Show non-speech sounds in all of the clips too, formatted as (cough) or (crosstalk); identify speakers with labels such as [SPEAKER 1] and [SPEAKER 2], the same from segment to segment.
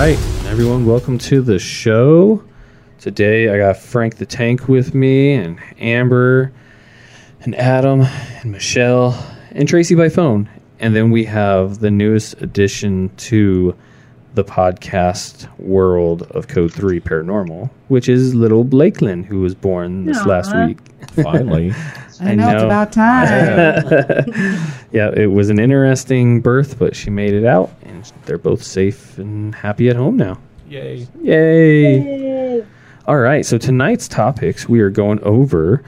[SPEAKER 1] everyone, welcome to the show. Today I got Frank the Tank with me, and Amber, and Adam, and Michelle, and Tracy by phone. And then we have the newest addition to the podcast world of Code 3 Paranormal, which is little Blakeland, who was born this last
[SPEAKER 2] Aw.
[SPEAKER 1] week.
[SPEAKER 3] Finally,
[SPEAKER 2] I,
[SPEAKER 1] I
[SPEAKER 2] know, it's
[SPEAKER 1] know.
[SPEAKER 2] about time.
[SPEAKER 1] yeah, it was an interesting birth, but she made it out, and they're both safe and happy at home now.
[SPEAKER 3] yay!
[SPEAKER 1] Yay! All right, so tonight's topics we are going over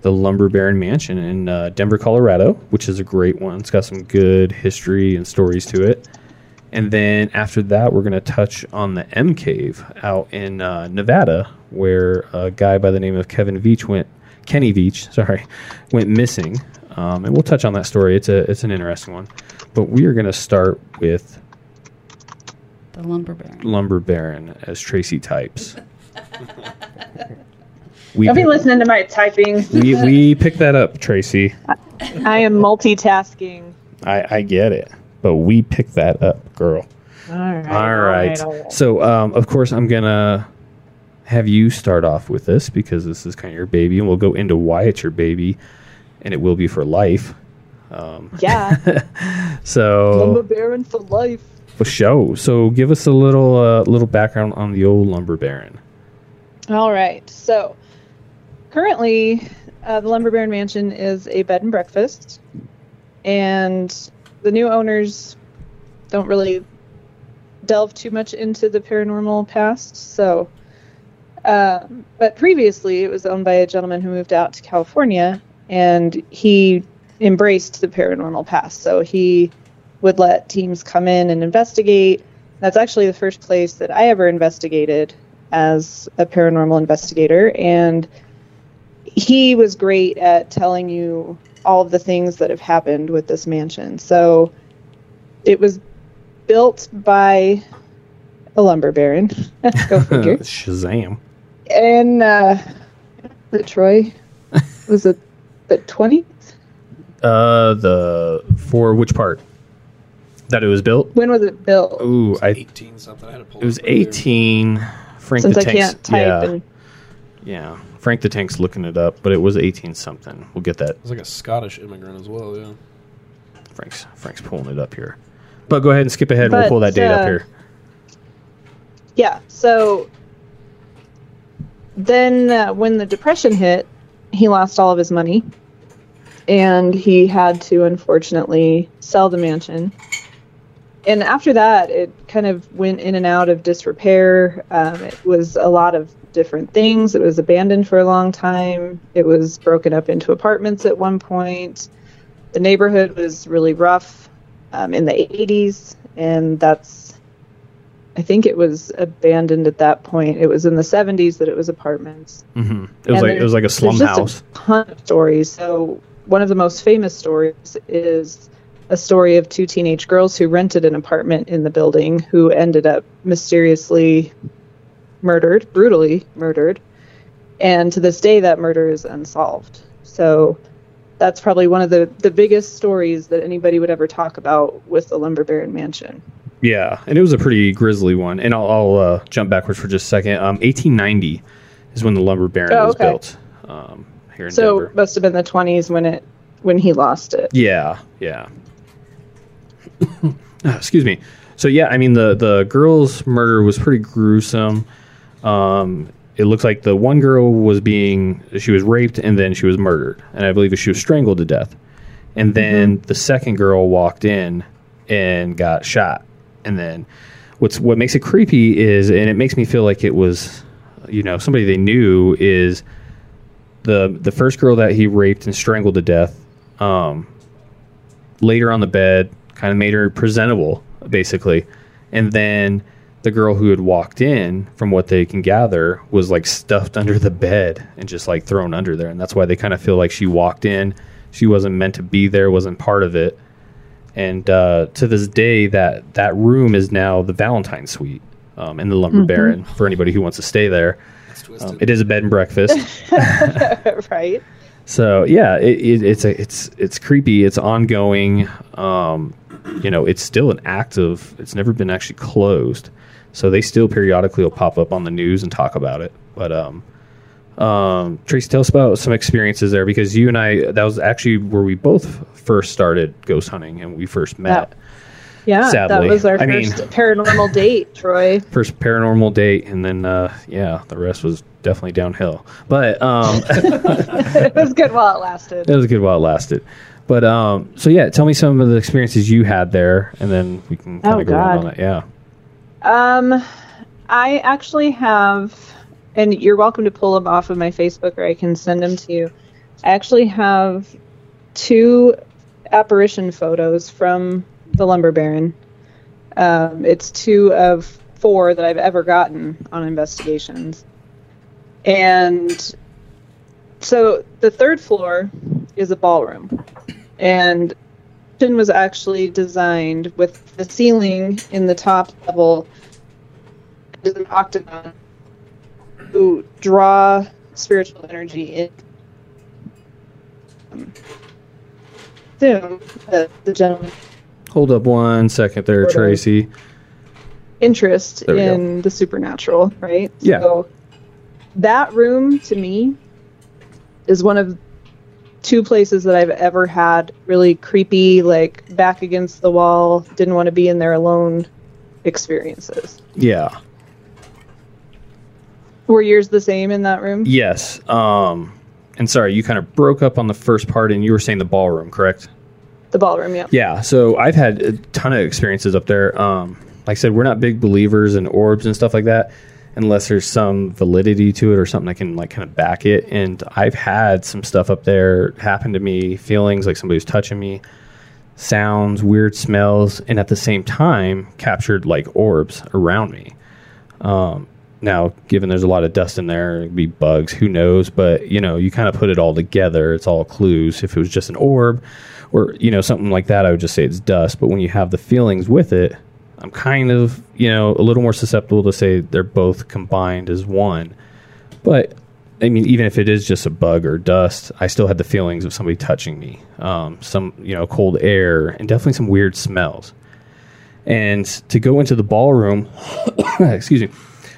[SPEAKER 1] the Lumber Baron Mansion in uh, Denver, Colorado, which is a great one. It's got some good history and stories to it. And then after that, we're going to touch on the M Cave out in uh, Nevada, where a guy by the name of Kevin Veach went, Kenny Veach, (laughs) sorry, went missing. Um, and we'll touch on that story. It's a it's an interesting one. But we are going to start with
[SPEAKER 2] (laughs) the lumber baron.
[SPEAKER 1] Lumber Baron as Tracy (laughs) types. we
[SPEAKER 4] Don't be
[SPEAKER 1] pick-
[SPEAKER 4] listening to my typing.
[SPEAKER 1] we we pick that up, Tracy.
[SPEAKER 5] I am multitasking.
[SPEAKER 1] I, I get it. But we pick that up, girl.
[SPEAKER 5] All right.
[SPEAKER 1] All right. So, um, of course, I'm going to have you start off with this because this is kind of your baby, and we'll go into why it's your baby, and it will be for life. Um,
[SPEAKER 5] (laughs) Yeah.
[SPEAKER 1] so,
[SPEAKER 5] baron for life.
[SPEAKER 1] for show. So, give us a little uh, little background on the old lumber baron.
[SPEAKER 5] All right. So currently, uh, the Lumber Baron Mansion is a bed and breakfast, and the new owners don't really delve too much into the paranormal past. So, uh, but previously, it was owned by a gentleman who moved out to California, and he embraced the paranormal past. So he would let teams come in and investigate. That's actually the first place that I ever investigated as a paranormal investigator, and he was great at telling you all of the things that have happened with this mansion. So it was built by a lumber baron. (laughs) Go figure
[SPEAKER 1] Shazam.
[SPEAKER 5] in uh,
[SPEAKER 1] (laughs)
[SPEAKER 5] the Troy was it the twentieth?
[SPEAKER 1] Uh, the for which part that it was built?
[SPEAKER 5] When was it built?
[SPEAKER 1] Ooh, I
[SPEAKER 3] 18 something. I had to pull
[SPEAKER 1] it was
[SPEAKER 3] up earlier.
[SPEAKER 1] eighteen. Frank
[SPEAKER 5] Since
[SPEAKER 1] the
[SPEAKER 5] I
[SPEAKER 1] Tank's
[SPEAKER 5] can't type,
[SPEAKER 1] yeah,
[SPEAKER 5] and
[SPEAKER 1] yeah. Frank the Tank's looking it up, but it was eighteen something. We'll get that.
[SPEAKER 3] It was like a Scottish immigrant as well. Yeah.
[SPEAKER 1] Frank's Frank's pulling it up here. But go ahead and skip ahead. we'll
[SPEAKER 5] But,
[SPEAKER 1] pull that date up
[SPEAKER 5] uh,
[SPEAKER 1] here.
[SPEAKER 5] yeah. So then, uh, when the depression hit, he lost all of his money, and he had to unfortunately sell the mansion. And after that, it kind of went in and out of disrepair. Um, it was a lot of different things. It was abandoned for a long time. It was broken up into apartments at one point. The neighborhood was really rough um, in the 80s, and that's I think it was abandoned at that point. It was in the 70s that it was apartments.
[SPEAKER 1] hmm It was
[SPEAKER 5] and
[SPEAKER 1] like it was like a
[SPEAKER 5] there's-
[SPEAKER 1] slum
[SPEAKER 5] there's just a
[SPEAKER 1] house.
[SPEAKER 5] ton of stories. So one of the most famous stories is a story of two teenage girls who rented an apartment in the building who ended up mysteriously murdered, brutally murdered. And to this day that murder is unsolved. So that's probably one of the, the biggest stories that anybody would ever talk about with the Lumber Baron Mansion.
[SPEAKER 1] Yeah, and it was a pretty grisly one. And I'll, I'll uh, jump backwards for just a second. Um, 1890 is when the lumber baron
[SPEAKER 5] Oh,
[SPEAKER 1] was
[SPEAKER 5] okay.
[SPEAKER 1] built. Um, here in
[SPEAKER 5] So
[SPEAKER 1] Denver.
[SPEAKER 5] must have been the twenties when it when he lost it.
[SPEAKER 1] Yeah, yeah. (coughs) Ah, Excuse me. So yeah, I mean the the girl's murder was pretty gruesome. Um, it looks like the one girl was being she was raped and then she was murdered, and I believe she was strangled to death. And then the second girl walked in and got shot. And then what's what makes it creepy is, and it makes me feel like it was, you know, somebody they knew is the the first girl that he raped and strangled to death um, laid her on the bed, kind of made her presentable, basically. And then the girl who had walked in, from what they can gather, was like stuffed under the bed and just like thrown under there. And that's why they kind of feel like she walked in. She wasn't meant to be there, wasn't part of it. And uh, to this day, that, that room is now the Valentine Suite um, in the Lumber Baron for anybody who wants to stay there.
[SPEAKER 3] It's twisted.
[SPEAKER 1] Um, it is a bed and breakfast.
[SPEAKER 5] (laughs) right?
[SPEAKER 1] So yeah, it, it, it's a, it's it's creepy. It's ongoing. Um, you know, it's still an active. It's never been actually closed. So they still periodically will pop up on the news and talk about it. But um, um, Tracy, tell us about some experiences there because you and I that was actually where we both first started ghost hunting and we first met.
[SPEAKER 5] Yeah,
[SPEAKER 1] Sadly.
[SPEAKER 5] that was our
[SPEAKER 1] I mean- (laughs)
[SPEAKER 5] first paranormal date, Troy.
[SPEAKER 1] first paranormal date and then uh yeah the rest was definitely downhill but um
[SPEAKER 5] it was good while it lasted.
[SPEAKER 1] it was good while it lasted but um so yeah tell me some of the experiences you had there and then we can kind of
[SPEAKER 5] Oh,
[SPEAKER 1] go on
[SPEAKER 5] God.
[SPEAKER 1] on it yeah
[SPEAKER 5] Um, I actually have, and you're welcome to pull them off of my Facebook, or I can send them to you. I actually have two apparition photos from the Lumber Baron. Um, it's two of four that I've ever gotten on investigations, and so the third floor is a ballroom, and kitchen was actually designed with the ceiling in the top level is an octagon to draw spiritual energy in. Um, Assume that the gentleman
[SPEAKER 1] hold up one second there
[SPEAKER 5] Hold on.
[SPEAKER 1] tracy
[SPEAKER 5] interest
[SPEAKER 1] There we go.
[SPEAKER 5] in the supernatural, right?
[SPEAKER 1] Yeah.
[SPEAKER 5] So that room to me is one of two places that I've ever had really creepy, like back against the wall, didn't want to be in there alone experiences.
[SPEAKER 1] yeah
[SPEAKER 5] Were yours the same in that room?
[SPEAKER 1] yes um and sorry you kind of broke up on the first part and you were saying the ballroom correct
[SPEAKER 5] The ballroom, yeah.
[SPEAKER 1] Yeah, so I've had a ton of experiences up there. Um, like I said, we're not big believers in orbs and stuff like that, unless there's some validity to it or something I can like kind of back it. And I've had some stuff up there happen to me, feelings like somebody was touching me, sounds, weird smells, and at the same time captured like orbs around me. Um, now, given there's a lot of dust in there, it could be bugs, who knows? But you know, you kind of put it all together. It's all clues. If it was just an orb, or you know something like that, I would just say it's dust. But when you have the feelings with it, I'm kind of you know a little more susceptible to say they're both combined as one. But I mean, even if it is just a bug or dust, I still had the feelings of somebody touching me, um, some you know cold air, and definitely some weird smells. And to go into the ballroom, (coughs) excuse me,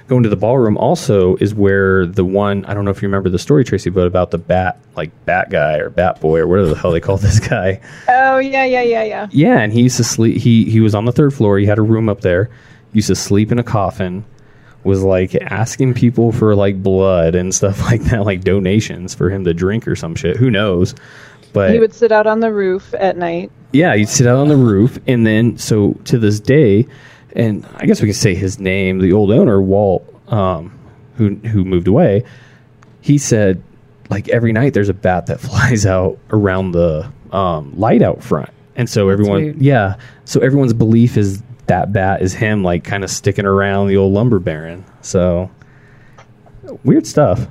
[SPEAKER 1] go into the ballroom also is where the one I don't know if you remember the story Tracy, but about the bat like bat guy or bat boy or whatever the hell they call (laughs) this guy.
[SPEAKER 5] Oh, yeah, yeah, yeah, yeah.
[SPEAKER 1] Yeah, and he used to sleep. He he was on the third floor. He had a room up there. Used to sleep in a coffin. Was like asking people for like blood and stuff (laughs) like that, like donations for him to drink or some shit. Who knows? But
[SPEAKER 5] He would sit out on the roof at night.
[SPEAKER 1] yeah, he'd sit out on the roof, and then so to this day, and I guess we can say his name, the old owner Walt, um, who who moved away. He said, like every night, there's a bat that (laughs) flies out around the um, light out front, and so everyone,
[SPEAKER 2] weird.
[SPEAKER 1] yeah, so everyone's belief is that bat is him, like kind of sticking around the old lumber baron. So weird stuff.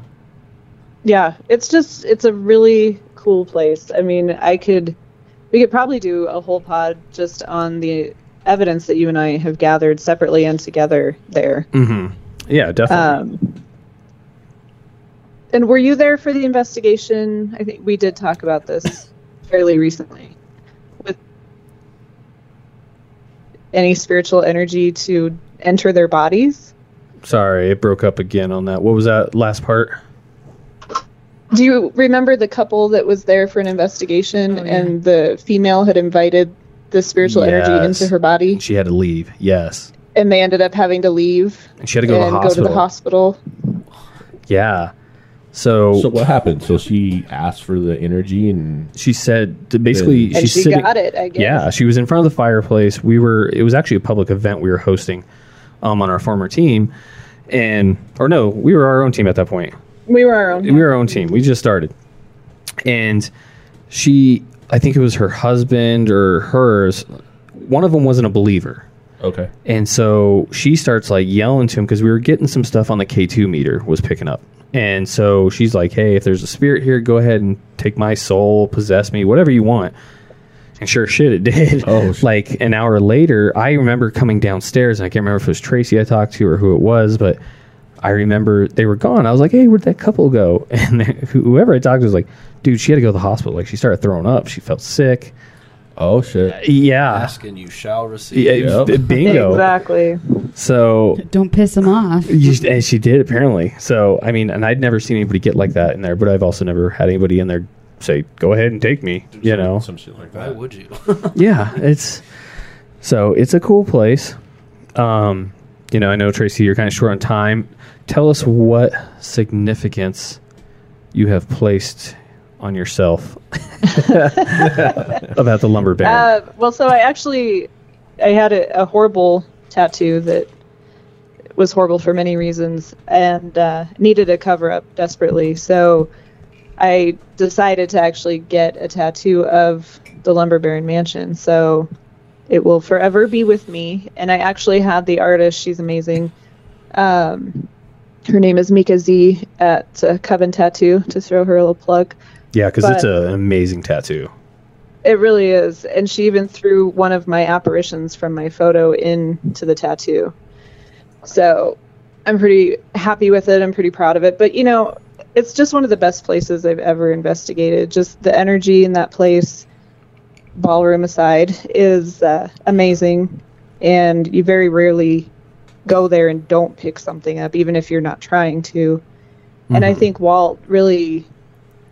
[SPEAKER 5] Yeah, it's just it's a really cool place. I mean, I could we could probably do a whole pod just on the evidence that you and I have gathered separately and together there.
[SPEAKER 1] Mm-hmm. Yeah, definitely.
[SPEAKER 5] Um and were you there for the investigation? I think we did talk about this fairly recently. With any spiritual energy to enter their bodies?
[SPEAKER 1] Sorry, it broke up again on that. What was that last part?
[SPEAKER 5] Do you remember the couple that was there for an investigation
[SPEAKER 2] Oh, yeah.
[SPEAKER 5] and the female had invited the spiritual energy
[SPEAKER 1] Yes.
[SPEAKER 5] into her body
[SPEAKER 1] She had to leave. Yes.
[SPEAKER 5] and they ended up having to leave
[SPEAKER 1] And she had to
[SPEAKER 5] and
[SPEAKER 1] go to the hospital.
[SPEAKER 5] go to the hospital?
[SPEAKER 1] Yeah. So,
[SPEAKER 4] So what happened? So she asked for the energy and
[SPEAKER 1] she said that basically
[SPEAKER 5] And
[SPEAKER 1] she's
[SPEAKER 5] she
[SPEAKER 1] sitting.
[SPEAKER 5] got it, I guess.
[SPEAKER 1] Yeah, she was in front of the fireplace. We were. It was actually a public event we were hosting, um, on our former team, and or no, we were our own team at that point.
[SPEAKER 5] We were our own.
[SPEAKER 1] we were our own team. We just started, and she, I think it was her husband or hers. One of them wasn't a believer.
[SPEAKER 4] okay.
[SPEAKER 1] And so she starts like yelling to him because we were getting some stuff on the K2 meter was picking up. And so she's like, hey, if there's a spirit here, go ahead and take my soul, possess me, whatever you want. And sure shit, it (laughs) did.
[SPEAKER 4] Oh, shit.
[SPEAKER 1] like an hour later, I remember coming downstairs, and I can't remember if it was Tracy I talked to or who it was, but I remember they were gone. I was like, hey, where'd that couple go? (laughs) And whoever I talked to was like, dude, she had to go to the hospital. Like, she started throwing up. She felt sick
[SPEAKER 4] Oh shit.
[SPEAKER 1] Yeah.
[SPEAKER 3] Ask and you shall receive.
[SPEAKER 1] yeah.
[SPEAKER 4] Yep.
[SPEAKER 1] Bingo.
[SPEAKER 5] (laughs) Exactly.
[SPEAKER 1] So
[SPEAKER 2] Don't piss him off.
[SPEAKER 1] You, and she did apparently. So I mean, and I'd never seen anybody get like that in there, but I've also never had anybody in there say, "Go ahead and take me." You know?
[SPEAKER 4] Some shit like
[SPEAKER 3] Why
[SPEAKER 4] that.
[SPEAKER 3] would you?
[SPEAKER 1] Yeah, it's so it's a cool place. Um, you know, I know Tracy, you're kind of short on time. Tell us what significance you have placed on yourself about the lumber baron.
[SPEAKER 5] Uh, well, so I actually, I had a, a horrible tattoo that was horrible for many reasons and uh, needed a cover up desperately. So I decided to actually get a tattoo of the Lumber Baron Mansion. So it will forever be with me. And I actually had the artist; she's amazing. Um, her name is Mika Z at uh, Coven Tattoo. To throw her a little plug.
[SPEAKER 1] yeah, because it's
[SPEAKER 5] but-
[SPEAKER 1] a, an amazing tattoo.
[SPEAKER 5] It really is. And she even threw one of my apparitions from my photo into the tattoo. So I'm pretty happy with it. I'm pretty proud of it. But, you know, it's just one of the best places I've ever investigated. Just the energy in that place, ballroom aside, is uh, amazing. And you very rarely go there and don't pick something up, even if you're not trying to. And I think Walt really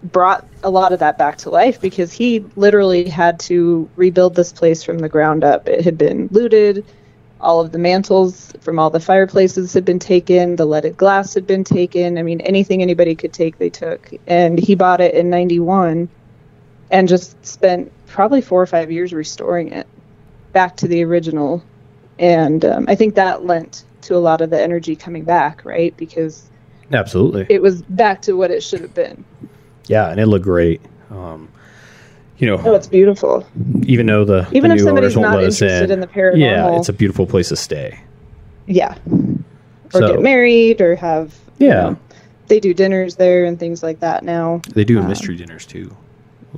[SPEAKER 5] brought a lot of that back to life because he literally had to rebuild this place from the ground up. It had been looted, all of the mantles from all the fireplaces had been taken, the leaded glass had been taken. I mean, anything anybody could take, they took. And he bought it in 91 and just spent probably four or five years restoring it back to the original. And um, I think that lent to a lot of the energy coming back, right? Because
[SPEAKER 1] Absolutely.
[SPEAKER 5] it was back to what it should have been.
[SPEAKER 1] yeah, and it looked great. Um, you know,
[SPEAKER 5] Oh, it's beautiful.
[SPEAKER 1] even though the
[SPEAKER 5] Even
[SPEAKER 1] the
[SPEAKER 5] if
[SPEAKER 1] new owners
[SPEAKER 5] somebody's
[SPEAKER 1] won't
[SPEAKER 5] not
[SPEAKER 1] let us
[SPEAKER 5] interested
[SPEAKER 1] in,
[SPEAKER 5] in the paranormal.
[SPEAKER 1] yeah, it's a beautiful place to stay.
[SPEAKER 5] Yeah. Or
[SPEAKER 1] So-
[SPEAKER 5] get married or have. you
[SPEAKER 1] Yeah.
[SPEAKER 5] know, they do dinners there and things like that now.
[SPEAKER 1] They do mystery dinners too.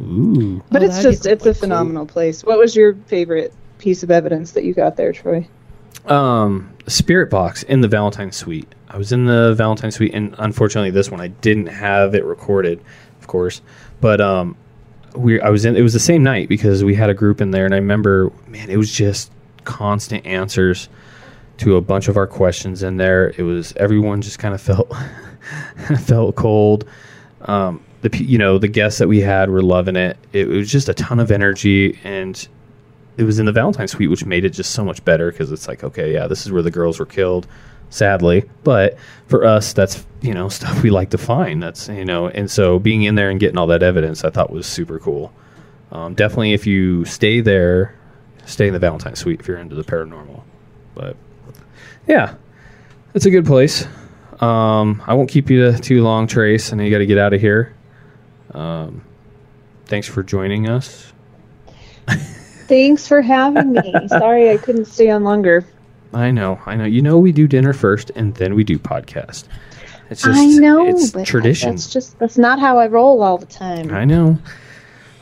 [SPEAKER 1] Ooh,
[SPEAKER 5] But
[SPEAKER 2] Oh,
[SPEAKER 5] it's
[SPEAKER 2] that'd be
[SPEAKER 5] just, it's a phenomenal place. What was your favorite piece of evidence that you got there, Troy?
[SPEAKER 1] um, spirit box in the Valentine suite. I was in the Valentine suite, and unfortunately, this one I didn't have it recorded, of course. But um, we I was in. It was the same night because we had a group in there, and I remember, man, it was just constant answers to a bunch of our questions in there. It was everyone just kind of felt (laughs) felt cold. Um, the pe- you know the guests that we had were loving it. It was just a ton of energy, and it was in the Valentine suite, which made it just so much better because it's like, okay, yeah, this is where the girls were killed, sadly. But for us, that's you know (laughs) stuff we like to find. That's you know, and so being in there and getting all that evidence, I thought was super cool. Um, definitely, if you stay there, stay in the Valentine suite if you're into the paranormal. But yeah, it's a good place. Um, I won't keep you to, too long, Trace. I know you got to get out of here. Um, thanks for joining us.
[SPEAKER 5] Thanks for having (laughs) me. Sorry I couldn't stay on longer.
[SPEAKER 1] I know, I know. You know, we do dinner first, and then we do podcast. It's just,
[SPEAKER 5] I know.
[SPEAKER 1] it's
[SPEAKER 5] but
[SPEAKER 1] tradition.
[SPEAKER 5] That's just, that's not how I roll all the time.
[SPEAKER 1] I know.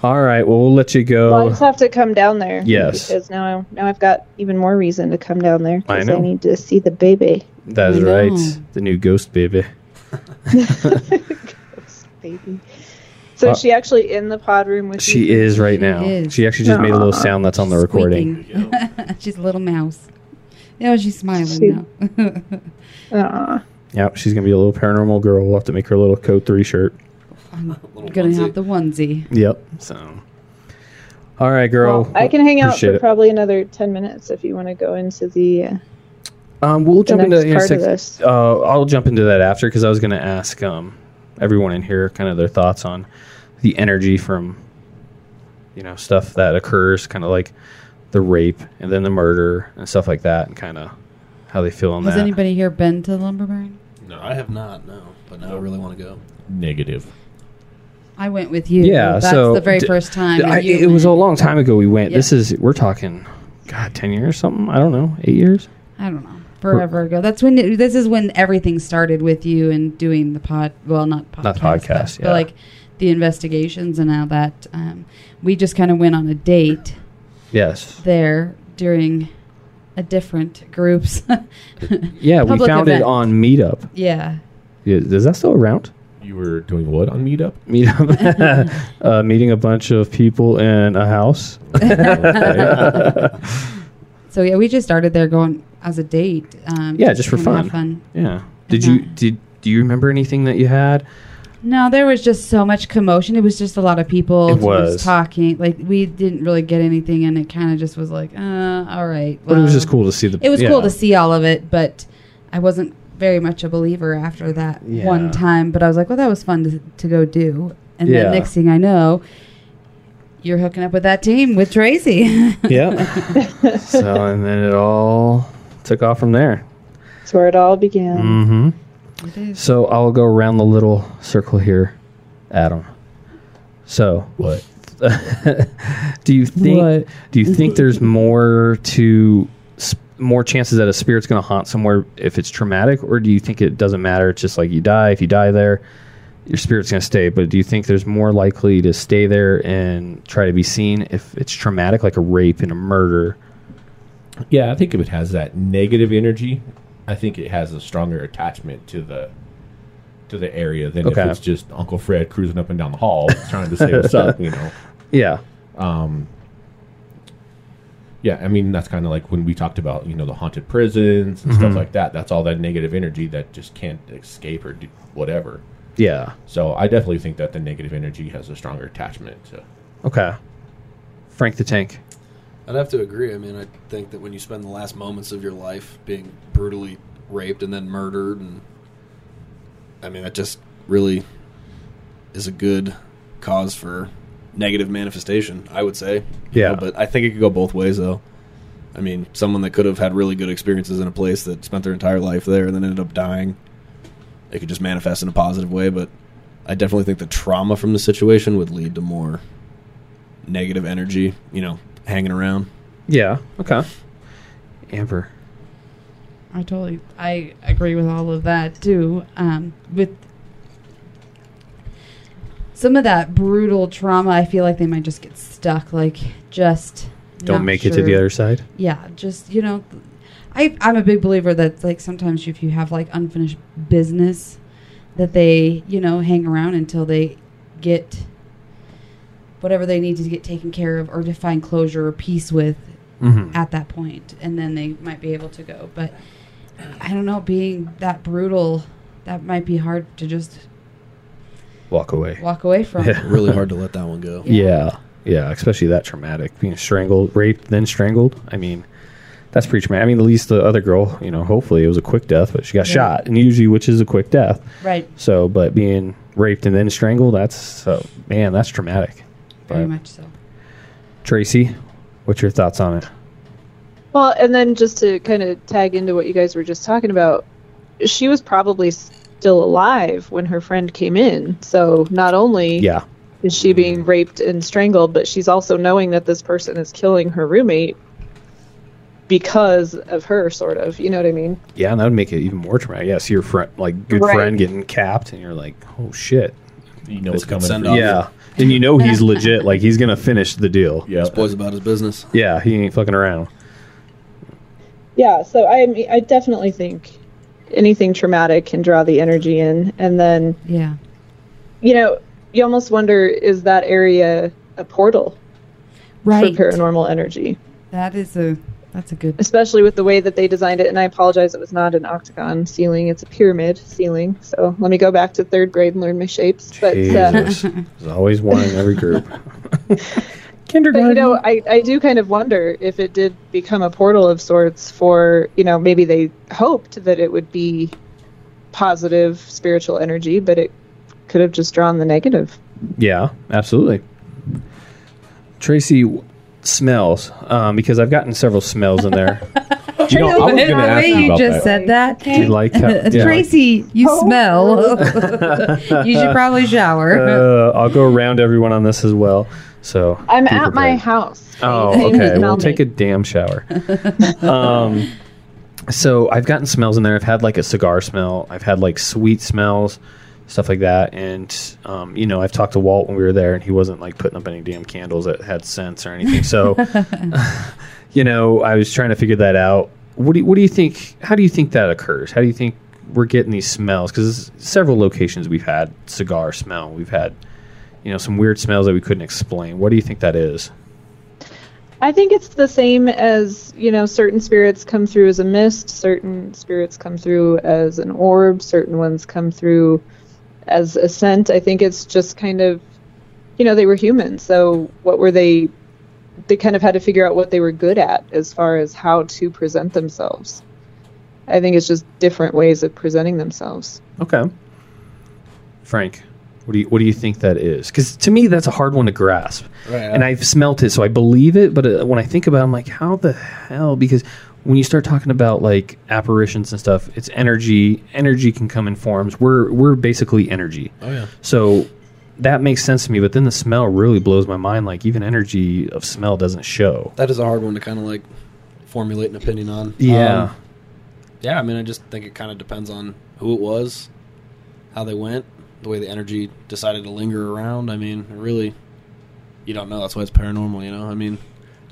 [SPEAKER 1] All right, well, we'll let you
[SPEAKER 5] Well, I
[SPEAKER 1] go.
[SPEAKER 5] just have to come down there.
[SPEAKER 1] Yes.
[SPEAKER 5] Because now, I, now I've got even more reason to come down there.
[SPEAKER 1] I
[SPEAKER 5] Because
[SPEAKER 1] know.
[SPEAKER 5] I need to see the baby.
[SPEAKER 1] That's
[SPEAKER 2] I know.
[SPEAKER 1] right, the new ghost baby.
[SPEAKER 5] baby. So
[SPEAKER 1] Uh,
[SPEAKER 5] is she actually in the pod room with you?
[SPEAKER 1] She is right now.
[SPEAKER 2] is.
[SPEAKER 1] She actually just made a little sound that's on the recording.
[SPEAKER 2] Squeaking. (laughs) she's a little mouse. Oh, she's smiling
[SPEAKER 5] She-
[SPEAKER 2] now.
[SPEAKER 5] Aw.
[SPEAKER 1] Yep, she's gonna be a little paranormal girl. We'll have to make her a little code three shirt.
[SPEAKER 2] I'm
[SPEAKER 3] (laughs) Little
[SPEAKER 2] gonna
[SPEAKER 3] onesie.
[SPEAKER 2] have the onesie.
[SPEAKER 1] Yep. So, all right, girl.
[SPEAKER 5] Well, I can hang out
[SPEAKER 1] appreciate
[SPEAKER 5] for
[SPEAKER 1] it.
[SPEAKER 5] probably another 10 minutes if you want to go into the. Uh,
[SPEAKER 1] Um, we'll jump into
[SPEAKER 5] next part of
[SPEAKER 1] intersect-
[SPEAKER 5] this.
[SPEAKER 1] Uh, I'll jump into that after because I was going to ask um, everyone in here kind of their thoughts on the energy from you know stuff that occurs, kind of like the rape and then the murder and stuff like that, and kind of how they feel on
[SPEAKER 2] Has
[SPEAKER 1] that.
[SPEAKER 2] anybody here been to Lumber Baron?
[SPEAKER 3] No, I have not. No, but now I really want to go.
[SPEAKER 4] Negative.
[SPEAKER 2] I went with you.
[SPEAKER 1] Yeah,
[SPEAKER 2] that's
[SPEAKER 1] so
[SPEAKER 2] the very
[SPEAKER 1] d-
[SPEAKER 2] first time.
[SPEAKER 1] I,
[SPEAKER 2] and you
[SPEAKER 1] it was a
[SPEAKER 2] went.
[SPEAKER 1] long time ago we went.
[SPEAKER 2] Yeah.
[SPEAKER 1] This is we're talking, God, ten years something. I don't know, eight years.
[SPEAKER 2] I don't know. Forever ago. That's when it, this is when everything started with you and doing the pod. Well, not podcast,
[SPEAKER 1] Not podcast, yeah.
[SPEAKER 2] but, but like the investigations and all that. Um, we just kind of went on a date
[SPEAKER 1] Yes.
[SPEAKER 2] there during a different groups. (laughs)
[SPEAKER 1] Yeah, we
[SPEAKER 2] Public
[SPEAKER 1] found
[SPEAKER 2] event.
[SPEAKER 1] it on Meetup.
[SPEAKER 2] yeah,
[SPEAKER 1] Is, is that still around?
[SPEAKER 4] You were doing what on (laughs) Meetup?
[SPEAKER 1] meet up, (laughs)
[SPEAKER 2] (laughs)
[SPEAKER 1] uh, meeting a bunch of people in a house.
[SPEAKER 2] So yeah, we just started there going as a date. Um,
[SPEAKER 1] Yeah, just for
[SPEAKER 2] kinda have
[SPEAKER 1] fun. Yeah. Did you
[SPEAKER 2] Yeah.
[SPEAKER 1] did do you remember anything that you had?
[SPEAKER 2] No, there was just so much commotion. It was just a lot of people
[SPEAKER 1] It
[SPEAKER 2] just
[SPEAKER 1] was.
[SPEAKER 2] talking. Like we didn't really get anything, and it kind of just was like, uh, all right.
[SPEAKER 1] But it was
[SPEAKER 2] well.
[SPEAKER 1] just cool to see the.
[SPEAKER 2] It was
[SPEAKER 1] yeah.
[SPEAKER 2] cool to see all of it, but I wasn't very much a believer after that
[SPEAKER 1] Yeah.
[SPEAKER 2] one time. But I was like, well, that was fun to, to go do. And
[SPEAKER 1] Yeah.
[SPEAKER 2] then next thing I know, you're hooking up with that team with Tracy.
[SPEAKER 1] Yeah. (laughs) so and then it all took off from there.
[SPEAKER 5] That's where it all began.
[SPEAKER 1] hmm
[SPEAKER 2] It is.
[SPEAKER 1] So I'll go around the little circle here, Adam. So
[SPEAKER 4] What?
[SPEAKER 1] do you think?
[SPEAKER 4] What?
[SPEAKER 1] Do you think there's more to s- more chances that a spirit's going to haunt somewhere if it's traumatic, or do you think it doesn't matter? It's just like you die. If you die there, your spirit's going to stay. But do you think there's more likely to stay there and try to be seen if it's traumatic, like a rape and a murder?
[SPEAKER 4] Yeah, I think if it has that negative energy, I think it has a stronger attachment to the to the area than
[SPEAKER 1] Okay.
[SPEAKER 4] if it's just Uncle Fred cruising up and down the hall trying to say what's up, you know.
[SPEAKER 1] Yeah.
[SPEAKER 4] Yeah, I mean that's kind of like when we talked about you know the haunted prisons and stuff like that. That's all that negative energy that just can't escape or do whatever.
[SPEAKER 1] Yeah.
[SPEAKER 4] So I definitely think that the negative energy has a stronger attachment to.
[SPEAKER 1] Okay. Frank the Tank.
[SPEAKER 3] I'd have to agree. I mean, I think that when you spend the last moments of your life being brutally raped and then murdered, and I mean, that just really is a good cause for negative manifestation, I would say. You
[SPEAKER 1] Yeah.
[SPEAKER 3] know, but I think it could go both ways, though. I mean, someone that could have had really good experiences in a place that spent their entire life there and then ended up dying, it could just manifest in a positive way. But I definitely think the trauma from the situation would lead to more negative energy, you know, hanging around.
[SPEAKER 1] Yeah. Okay. Amber.
[SPEAKER 2] I totally I agree with all of that too. Um, with some of that brutal trauma, I feel like they might just get stuck. Like just
[SPEAKER 1] Don't
[SPEAKER 2] not
[SPEAKER 1] make it to the
[SPEAKER 2] sure.
[SPEAKER 1] other side.
[SPEAKER 2] yeah just you know I, i'm a big believer that like sometimes if you have like unfinished business that they you know hang around until they get whatever they need to get taken care of or to find closure or peace with
[SPEAKER 1] Mm-hmm.
[SPEAKER 2] at that point and then they might be able to go but i don't know being that brutal that might be hard to just
[SPEAKER 1] Walk away.
[SPEAKER 2] walk away from
[SPEAKER 1] Yeah.
[SPEAKER 3] Really hard to let that one go.
[SPEAKER 1] Yeah. Yeah, especially that traumatic. Being strangled, raped, then strangled. I mean, that's pretty traumatic. I mean, at least the other girl, you know, hopefully it was a quick death, but she got
[SPEAKER 2] Yeah.
[SPEAKER 1] shot, and usually, which is a quick death.
[SPEAKER 2] (laughs) right
[SPEAKER 1] So, but being raped and then strangled, that's so, man, that's traumatic.
[SPEAKER 2] very
[SPEAKER 1] But-
[SPEAKER 2] much so
[SPEAKER 1] Tracy, what's your thoughts on it?
[SPEAKER 5] Well, and then just to kind of tag into what you guys were just talking about, she was probably still alive when her friend came in. So not only
[SPEAKER 1] Yeah.
[SPEAKER 5] is she being raped and strangled, but she's also knowing that this person is killing her roommate because of her, sort of. You know what I mean?
[SPEAKER 1] Yeah, and that would make it even more traumatic. Yeah, see your friend, like, good
[SPEAKER 5] Right.
[SPEAKER 1] friend getting capped, and you're like, oh shit.
[SPEAKER 4] You know
[SPEAKER 3] That's
[SPEAKER 4] what's
[SPEAKER 3] a good
[SPEAKER 4] coming.
[SPEAKER 3] send
[SPEAKER 4] for you.
[SPEAKER 3] off.
[SPEAKER 1] Yeah. Then you know he's legit. Like, he's going to finish the deal.
[SPEAKER 4] yeah.
[SPEAKER 3] This boy's about his business.
[SPEAKER 1] Yeah, he ain't fucking around.
[SPEAKER 5] Yeah. So I, mean, I definitely think anything traumatic can draw the energy in, and then
[SPEAKER 2] yeah
[SPEAKER 5] you know, you almost wonder is that area a portal
[SPEAKER 2] right
[SPEAKER 5] for paranormal energy?
[SPEAKER 2] that is a that's a good
[SPEAKER 5] especially with the way that they designed it. And I apologize, it was not an octagon ceiling; it's a pyramid ceiling. So let me go back to third grade and learn my shapes. But, uh,
[SPEAKER 1] (laughs) Jesus. There's always one in every group.
[SPEAKER 5] but you know, I, I do kind of wonder if it did become a portal of sorts for you know maybe they hoped that it would be positive spiritual energy, but it could have just drawn the negative.
[SPEAKER 1] Yeah, absolutely. Tracy w- smells um, because I've gotten several smells in
[SPEAKER 5] (laughs)
[SPEAKER 1] there.
[SPEAKER 4] You know, I was going to
[SPEAKER 2] the
[SPEAKER 4] ask
[SPEAKER 2] way
[SPEAKER 4] you
[SPEAKER 2] you
[SPEAKER 4] about
[SPEAKER 2] just
[SPEAKER 4] that.
[SPEAKER 2] said that.
[SPEAKER 1] Do you like
[SPEAKER 2] (laughs)
[SPEAKER 1] how? yeah.
[SPEAKER 2] Tracy, you smell. you should probably shower.
[SPEAKER 1] Uh, I'll go around everyone on this as well. So
[SPEAKER 5] I'm
[SPEAKER 1] be
[SPEAKER 5] at my
[SPEAKER 1] prepared.
[SPEAKER 5] house.
[SPEAKER 1] Oh,
[SPEAKER 5] (laughs) You can
[SPEAKER 1] okay.
[SPEAKER 5] smell
[SPEAKER 1] We'll
[SPEAKER 5] me.
[SPEAKER 1] take a damn
[SPEAKER 5] (laughs)
[SPEAKER 1] shower. um, so I've gotten smells in there. I've had like a cigar smell. I've had like sweet smells, stuff like that. And um, you know, I've talked to Walt when we were there, and he wasn't like putting up any damn candles that had scents or anything.
[SPEAKER 5] (laughs)
[SPEAKER 1] So, (laughs) you know, I was trying to figure that out. What do you, What do you think? How do you think that occurs? How do you think we're getting these smells because several locations we've had cigar smell. We've had you know some weird smells that we couldn't explain. What do you think that is?
[SPEAKER 5] I think it's the same as, you know, certain spirits come through as a mist, certain spirits come through as an orb, certain ones come through as a scent. I think it's just kind of, you know, they were human. So what were they? They kind of had to figure out what they were good at as far as how to present themselves. I think it's just different ways of presenting themselves.
[SPEAKER 1] Okay, Frank, what do you what do you think that is? Because to me, that's a hard one to grasp.
[SPEAKER 3] Right,
[SPEAKER 1] and
[SPEAKER 3] I-
[SPEAKER 1] I've smelt it, so I believe it. But uh, when I think about, it, I'm like, how the hell? Because when you start talking about like apparitions and stuff, it's energy. Energy can come in forms. We're we're basically energy.
[SPEAKER 3] Oh yeah.
[SPEAKER 1] So that makes sense to me. But then the smell really blows my mind. Like even energy of smell doesn't show.
[SPEAKER 3] That is a hard one to kind of like formulate an opinion on.
[SPEAKER 1] Yeah.
[SPEAKER 3] Um, yeah, I mean, I just think it kind of depends on who it was, how they went, the way the energy decided to linger around. I mean, really, you don't know. That's why it's paranormal, you know? I mean,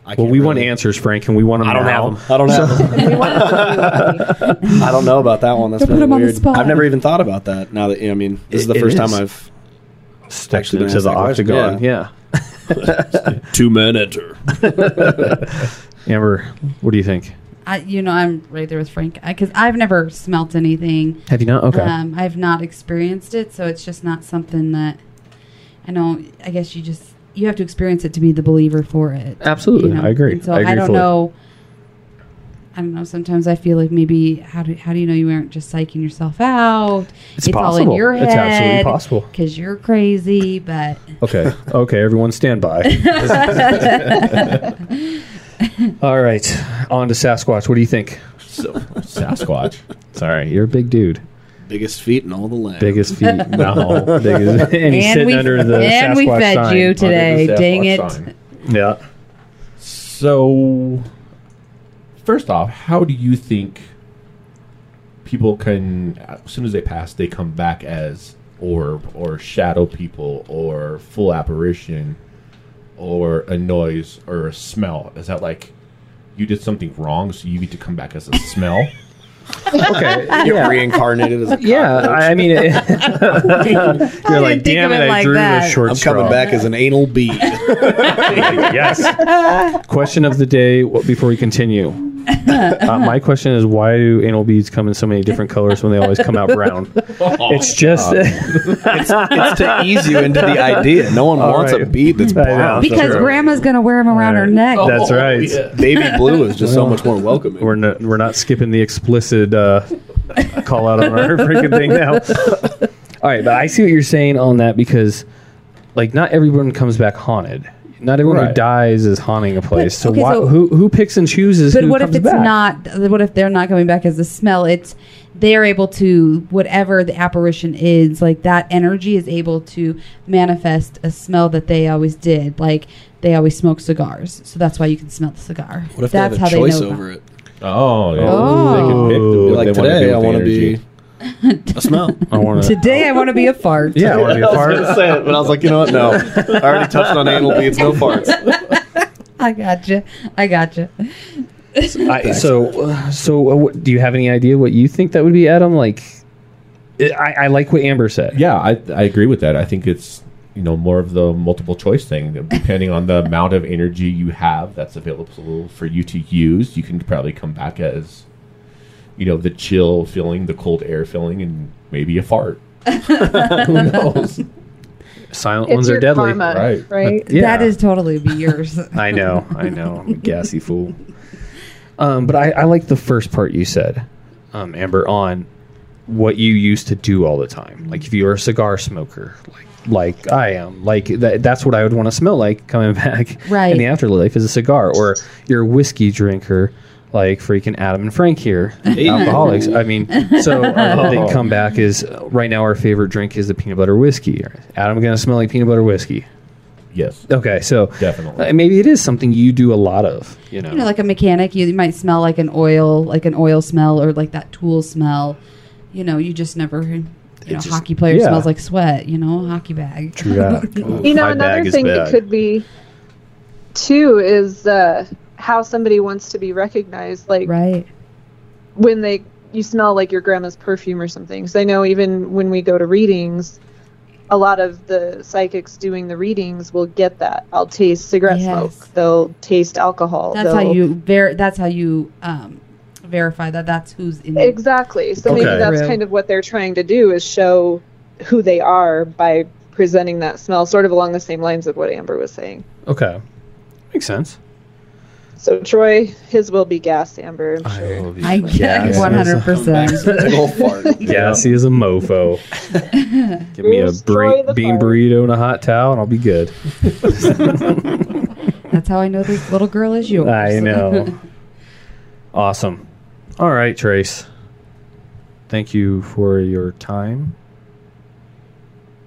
[SPEAKER 3] I
[SPEAKER 1] well,
[SPEAKER 3] can't
[SPEAKER 1] we want
[SPEAKER 3] really-
[SPEAKER 1] answers, Frank, and we want them.
[SPEAKER 3] I don't
[SPEAKER 1] now.
[SPEAKER 3] have them. I don't
[SPEAKER 1] (laughs)
[SPEAKER 3] have
[SPEAKER 2] (laughs)
[SPEAKER 3] them. (laughs) I don't know about that one. That's
[SPEAKER 2] Don't put
[SPEAKER 3] really
[SPEAKER 2] him on the
[SPEAKER 3] weird.
[SPEAKER 2] spot.
[SPEAKER 3] I've never even thought about that. Now that, you know, I mean, this is
[SPEAKER 1] It-
[SPEAKER 3] the
[SPEAKER 1] it is.
[SPEAKER 3] first time I've
[SPEAKER 1] Stepped
[SPEAKER 3] Actually,
[SPEAKER 1] into
[SPEAKER 3] that's
[SPEAKER 1] the
[SPEAKER 3] the question.
[SPEAKER 1] octagon. Yeah.
[SPEAKER 3] two men enter.
[SPEAKER 1] Amber, what do you think?
[SPEAKER 2] I, you know, I'm right there with Frank because I've never smelt anything.
[SPEAKER 1] Have you not? Okay.
[SPEAKER 3] Uh,
[SPEAKER 2] Um, I've not experienced it, so it's just not something that I know. I guess you just you have to experience it to be the believer for it.
[SPEAKER 1] Absolutely.
[SPEAKER 2] you know?
[SPEAKER 1] I agree.
[SPEAKER 2] And so
[SPEAKER 1] I
[SPEAKER 2] I,
[SPEAKER 1] agree
[SPEAKER 2] don't
[SPEAKER 1] fully.
[SPEAKER 2] know. I don't know. Sometimes I feel like maybe how do how do you know you aren't just psyching yourself out?
[SPEAKER 1] It's possible.
[SPEAKER 2] all in your head.
[SPEAKER 1] It's absolutely possible.
[SPEAKER 2] because you're crazy. But
[SPEAKER 1] Okay. Okay, everyone stand
[SPEAKER 2] (laughs)
[SPEAKER 1] by. All right. On to Sasquatch. What do you think?
[SPEAKER 4] (laughs) So Sasquatch.
[SPEAKER 1] Sorry, you're a big dude.
[SPEAKER 3] Biggest feet in all the land.
[SPEAKER 1] Biggest
[SPEAKER 2] (laughs)
[SPEAKER 1] feet. No. Biggest, and, he's sitting
[SPEAKER 2] we
[SPEAKER 1] under the Sasquatch
[SPEAKER 2] and we fed
[SPEAKER 1] sign.
[SPEAKER 2] you today.
[SPEAKER 4] Under the
[SPEAKER 2] Dang it!
[SPEAKER 4] Sasquatch sign.
[SPEAKER 1] Yeah.
[SPEAKER 4] So, first off, how do you think people can, as soon as they pass, they come back as orb or shadow people or full apparition or a noise or a smell? Is that like you did something wrong, so you need to come back as a smell?
[SPEAKER 1] Okay.
[SPEAKER 2] (laughs)
[SPEAKER 3] Get reincarnated as
[SPEAKER 1] (laughs)
[SPEAKER 3] a
[SPEAKER 1] Yeah, I I mean, (laughs) it, you're like,
[SPEAKER 2] didn't think
[SPEAKER 1] damn
[SPEAKER 2] of
[SPEAKER 1] it, I
[SPEAKER 2] it like
[SPEAKER 1] drew the
[SPEAKER 2] that."
[SPEAKER 1] short
[SPEAKER 3] I'm
[SPEAKER 1] straw."
[SPEAKER 3] coming back as an anal bead.
[SPEAKER 2] (laughs)
[SPEAKER 1] yes. question of the day wh- before we continue. Uh, my question is why do anal beads come in so many different colors when they always come out brown? it's just
[SPEAKER 3] it's to ease you into (laughs) the idea. No one
[SPEAKER 1] All
[SPEAKER 3] wants a
[SPEAKER 1] right.
[SPEAKER 3] bead that's
[SPEAKER 1] I know.
[SPEAKER 3] brown.
[SPEAKER 2] Because
[SPEAKER 1] Sure.
[SPEAKER 2] Grandma's gonna wear them
[SPEAKER 1] (laughs)
[SPEAKER 2] around her
[SPEAKER 1] Right.
[SPEAKER 2] neck. Oh,
[SPEAKER 1] That's right.
[SPEAKER 3] (laughs) baby blue is just so much more welcoming.
[SPEAKER 1] we're not we're not skipping the explicit uh, call out on our (laughs) freaking thing now. All right, but I see what you're saying on that because like not everyone comes back haunted. Not everyone who
[SPEAKER 4] Right.
[SPEAKER 1] dies is haunting a place. so,
[SPEAKER 2] okay,
[SPEAKER 1] why,
[SPEAKER 2] so-
[SPEAKER 1] who who picks and chooses?
[SPEAKER 2] But
[SPEAKER 1] who
[SPEAKER 2] what if
[SPEAKER 1] comes
[SPEAKER 2] it's
[SPEAKER 1] back?
[SPEAKER 2] not? What if they're not coming back as a smell? It's they're able to whatever the apparition is, like that energy is able to manifest a smell that they always did. Like they always smoke cigars, so that's why you can smell the cigar.
[SPEAKER 3] What if
[SPEAKER 2] that's
[SPEAKER 3] they have a choice over it?
[SPEAKER 4] (laughs) Oh, yeah.
[SPEAKER 2] Oh.
[SPEAKER 4] They can pick the-
[SPEAKER 3] You're
[SPEAKER 4] what
[SPEAKER 3] like
[SPEAKER 4] they wanna do
[SPEAKER 3] today,
[SPEAKER 4] with
[SPEAKER 3] I
[SPEAKER 4] the
[SPEAKER 3] want to
[SPEAKER 4] energy.
[SPEAKER 3] be
[SPEAKER 2] (laughs)
[SPEAKER 3] a smell.
[SPEAKER 1] I want to.
[SPEAKER 2] Today I want to be a
[SPEAKER 1] (laughs)
[SPEAKER 2] fart.
[SPEAKER 1] Yeah, I
[SPEAKER 3] (laughs)
[SPEAKER 1] want to be a part.
[SPEAKER 3] say it, but I was like, you know what? No, I already touched on anal beads,
[SPEAKER 2] (laughs)
[SPEAKER 3] no farts.
[SPEAKER 2] I gotcha. I gotcha.
[SPEAKER 1] I, so, so uh, what, do you have any idea what you think that would be, Adam? Like, I- I, I like what Amber said.
[SPEAKER 4] Yeah, I, I agree with that. I think it's you know more of the multiple choice thing. Depending on the amount of energy you have that's available for you to use, you can probably come back as you know the chill feeling, the cold air feeling, and maybe a fart. Who knows?
[SPEAKER 1] Silent
[SPEAKER 5] It's
[SPEAKER 1] ones are
[SPEAKER 5] your
[SPEAKER 1] deadly.
[SPEAKER 5] karma,
[SPEAKER 4] Right.
[SPEAKER 5] right?
[SPEAKER 1] Uh, Yeah.
[SPEAKER 2] That is totally be yours.
[SPEAKER 1] (laughs) I know, I know. I'm a gassy fool. Um, but I, I like the first part you said, um, Amber, on what you used to do all the time. Like if you were a cigar smoker, like like I am, like that, that's what I would want to smell like coming (laughs) back
[SPEAKER 2] Right.
[SPEAKER 1] in the afterlife is a cigar, or you're a whiskey drinker. Like freaking Adam and Frank here, alcoholics. I mean, so uh, they come back is right now our favorite drink is the peanut butter whiskey. Adam gonna smell like peanut butter whiskey.
[SPEAKER 4] Yes.
[SPEAKER 1] Okay, so
[SPEAKER 4] Definitely.
[SPEAKER 1] uh, maybe it is something you do a lot of. You know,
[SPEAKER 2] you know, like a mechanic, you, you might smell like an oil, like an oil smell, or like that tool smell. You know, you just never. You know,
[SPEAKER 1] just-
[SPEAKER 2] hockey player
[SPEAKER 1] yeah.
[SPEAKER 2] smells like sweat. You know, hockey bag.
[SPEAKER 1] True that.
[SPEAKER 2] (laughs)
[SPEAKER 5] You know,
[SPEAKER 1] My bag
[SPEAKER 5] another
[SPEAKER 1] is
[SPEAKER 5] thing
[SPEAKER 1] bad.
[SPEAKER 5] it could be too is uh, how somebody wants to be recognized. Like
[SPEAKER 2] Right.
[SPEAKER 5] when they you smell like your grandma's perfume or something. Because I know even when we go to readings, a lot of the psychics doing the readings will get that. I'll taste cigarette
[SPEAKER 2] Yes.
[SPEAKER 5] smoke. They'll taste alcohol.
[SPEAKER 2] That's how
[SPEAKER 5] they'll-
[SPEAKER 2] you ver- That's how you um, verify that that's who's in.
[SPEAKER 5] Exactly. So maybe
[SPEAKER 1] Okay.
[SPEAKER 5] that's
[SPEAKER 2] True.
[SPEAKER 5] kind of what they're trying to do is show who they are by presenting that smell, sort of along the same lines of what Amber was saying.
[SPEAKER 1] Okay, makes sense.
[SPEAKER 5] So Troy, his will be gas, Amber. I'm sure.
[SPEAKER 2] I
[SPEAKER 1] Yes.
[SPEAKER 2] get one hundred percent.
[SPEAKER 1] Gassy as a
[SPEAKER 2] (laughs)
[SPEAKER 1] mofo. Give me a
[SPEAKER 5] Destroy
[SPEAKER 1] break,
[SPEAKER 5] the
[SPEAKER 1] bean
[SPEAKER 5] fire.
[SPEAKER 1] burrito and a hot towel, and I'll be good.
[SPEAKER 2] That's how I know this little girl is yours.
[SPEAKER 1] I know. (laughs) awesome. All right, Trace. Thank you for your time.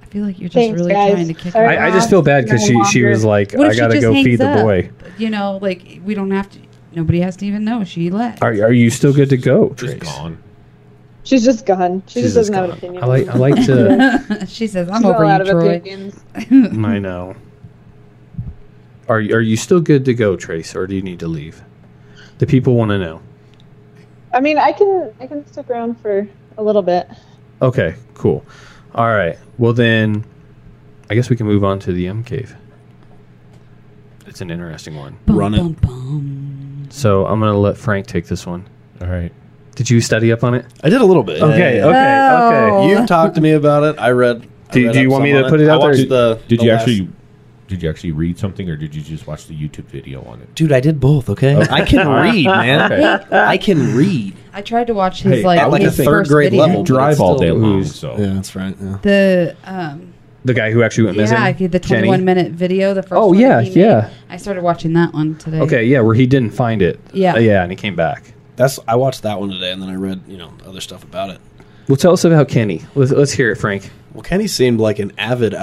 [SPEAKER 2] I feel like you're just
[SPEAKER 5] Thanks,
[SPEAKER 2] really
[SPEAKER 5] guys.
[SPEAKER 2] trying to kick.
[SPEAKER 5] Sorry.
[SPEAKER 2] her
[SPEAKER 1] I, I
[SPEAKER 2] off.
[SPEAKER 1] just feel bad because she, she was like,
[SPEAKER 2] What if
[SPEAKER 1] I
[SPEAKER 2] she
[SPEAKER 1] gotta
[SPEAKER 2] just
[SPEAKER 1] go
[SPEAKER 2] hangs
[SPEAKER 1] feed the
[SPEAKER 2] up?
[SPEAKER 1] boy.
[SPEAKER 2] You know, like we don't have to. Nobody has to even know she left.
[SPEAKER 1] Are, are you still good to go, Trace?
[SPEAKER 4] Just gone.
[SPEAKER 5] She's just gone. She
[SPEAKER 1] She's
[SPEAKER 5] just doesn't
[SPEAKER 1] just
[SPEAKER 5] have
[SPEAKER 1] gone.
[SPEAKER 5] an opinion.
[SPEAKER 1] I like I like
[SPEAKER 2] (laughs)
[SPEAKER 1] to.
[SPEAKER 2] she says,
[SPEAKER 5] She's
[SPEAKER 2] "I'm
[SPEAKER 5] all out
[SPEAKER 2] over you,
[SPEAKER 5] of
[SPEAKER 2] Troy."
[SPEAKER 5] opinions.
[SPEAKER 1] I know. Mm-hmm. Are you, are you still good to go, Trace, or do you need to leave? The people want to know.
[SPEAKER 5] I mean, I can I can stick around for a little bit.
[SPEAKER 1] Okay, cool. All right. Well, then, I guess we can move on to the M cave. It's an interesting one.
[SPEAKER 2] Bum,
[SPEAKER 3] Run it.
[SPEAKER 2] bum, bum.
[SPEAKER 1] So I'm gonna let Frank take this one.
[SPEAKER 4] All right.
[SPEAKER 1] Did you study up on it?
[SPEAKER 3] I did a little bit.
[SPEAKER 1] Okay,
[SPEAKER 3] Yeah, yeah,
[SPEAKER 1] okay,
[SPEAKER 2] No.
[SPEAKER 1] okay.
[SPEAKER 3] yeah. You talked to me about it. I read. I
[SPEAKER 1] Do you-
[SPEAKER 3] read
[SPEAKER 1] do you
[SPEAKER 3] up
[SPEAKER 1] want me
[SPEAKER 3] some
[SPEAKER 1] to
[SPEAKER 3] on
[SPEAKER 1] put it out there?
[SPEAKER 3] I watched The,
[SPEAKER 4] Did
[SPEAKER 3] the
[SPEAKER 4] you
[SPEAKER 3] last-
[SPEAKER 4] actually did you actually read something or did you just watch the YouTube video on it?
[SPEAKER 3] Dude, I did both. Okay, (laughs) I can read, man.
[SPEAKER 4] Okay.
[SPEAKER 3] I can read
[SPEAKER 2] I tried to watch his
[SPEAKER 4] Hey,
[SPEAKER 2] like,
[SPEAKER 4] at, like, a
[SPEAKER 2] his
[SPEAKER 4] third
[SPEAKER 2] first
[SPEAKER 3] grade
[SPEAKER 2] video.
[SPEAKER 3] level.
[SPEAKER 4] Drive all day long.
[SPEAKER 1] Ooh.
[SPEAKER 4] So
[SPEAKER 3] that's right. Yeah.
[SPEAKER 2] The um,
[SPEAKER 1] The guy who actually went missing.
[SPEAKER 2] yeah, I did the
[SPEAKER 1] Jenny?
[SPEAKER 2] 21 minute video. The first.
[SPEAKER 1] Oh,
[SPEAKER 2] one
[SPEAKER 1] yeah,
[SPEAKER 2] that he made.
[SPEAKER 1] yeah.
[SPEAKER 2] I started watching that one today.
[SPEAKER 1] Okay, yeah, where he didn't find it.
[SPEAKER 2] Yeah.
[SPEAKER 1] Uh, yeah, and he came back.
[SPEAKER 3] That's I watched that one today, and then I read you know other stuff about it.
[SPEAKER 1] Well, tell us about Kenny. Let's, let's hear it, Frank.
[SPEAKER 3] Well, Kenny seemed like an avid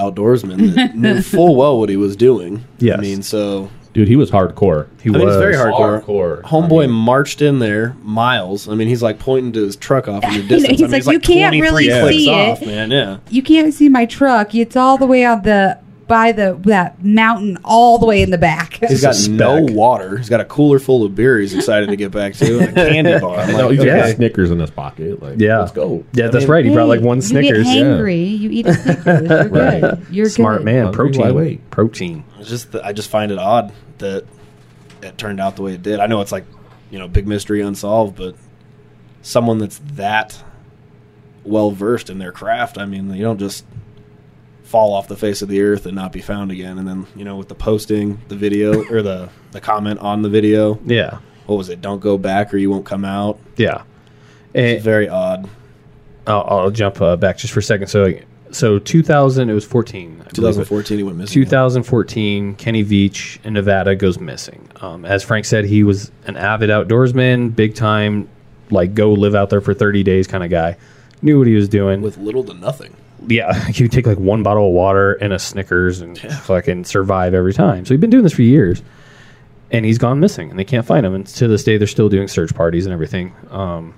[SPEAKER 2] (laughs)
[SPEAKER 3] outdoorsman that knew full well what he was doing.
[SPEAKER 1] Yes.
[SPEAKER 3] I mean, so
[SPEAKER 4] dude, he was hardcore.
[SPEAKER 1] He
[SPEAKER 3] I mean,
[SPEAKER 1] was
[SPEAKER 3] it's very hardcore.
[SPEAKER 4] Hardcore.
[SPEAKER 3] Homeboy
[SPEAKER 4] I mean-
[SPEAKER 3] marched in there miles. I mean, he's like pointing to his truck
[SPEAKER 2] (laughs)
[SPEAKER 3] off in the
[SPEAKER 2] know,
[SPEAKER 3] distance.
[SPEAKER 2] he's
[SPEAKER 3] I mean,
[SPEAKER 2] like, "You can't
[SPEAKER 3] 23
[SPEAKER 2] really
[SPEAKER 3] clicks
[SPEAKER 2] see it."
[SPEAKER 3] off, man. Yeah,
[SPEAKER 2] You can't see my truck. It's all the way on the by the that mountain, all the way in the back.
[SPEAKER 3] he's got
[SPEAKER 1] It's a
[SPEAKER 3] no
[SPEAKER 1] spec.
[SPEAKER 3] water. He's got a cooler full of beer. He's excited to get back to and a (laughs) candy bar. I'm
[SPEAKER 4] No,
[SPEAKER 3] like,
[SPEAKER 4] he's got
[SPEAKER 1] okay.
[SPEAKER 4] Snickers in his pocket. Like,
[SPEAKER 1] Yeah.
[SPEAKER 4] let's go.
[SPEAKER 1] Yeah, that's
[SPEAKER 3] mean-
[SPEAKER 1] right. He brought like
[SPEAKER 2] Hey,
[SPEAKER 1] one Snickers.
[SPEAKER 2] You get
[SPEAKER 1] Yeah.
[SPEAKER 2] hangry, you eat a Snickers.
[SPEAKER 1] (laughs)
[SPEAKER 2] You're
[SPEAKER 4] Right.
[SPEAKER 2] good. You're
[SPEAKER 1] Smart
[SPEAKER 2] good.
[SPEAKER 1] man.
[SPEAKER 4] Hungry, why
[SPEAKER 1] Protein.
[SPEAKER 4] wait?
[SPEAKER 1] Protein.
[SPEAKER 3] It's just that I just find it odd that it turned out the way it did. I know it's like you know big mystery unsolved, but someone that's that well versed in their craft, I mean, you don't just fall off the face of the earth and not be found again. And then you know with the posting,
[SPEAKER 1] (laughs)
[SPEAKER 3] the video or the the comment on the video,
[SPEAKER 1] Yeah.
[SPEAKER 3] what was it? Don't go back or you won't come out.
[SPEAKER 1] Yeah.
[SPEAKER 3] It's
[SPEAKER 1] And
[SPEAKER 3] very odd.
[SPEAKER 1] I'll, I'll jump uh, back just for a second. So, so 2000, it was 14. I believe.
[SPEAKER 3] 2014, he went missing.
[SPEAKER 1] 2014, Kenny Veach in Nevada goes missing. Um, as Frank said, he was an avid outdoorsman, big time, like go live out there for 30 days kind of guy. Knew what he was doing.
[SPEAKER 3] with little to nothing.
[SPEAKER 1] yeah, (laughs) he would take like one bottle of water and a Snickers and fucking survive every time. So he'd been doing this for years, and he's gone missing, and they can't find him. And to this day, they're still doing search parties and everything. Um,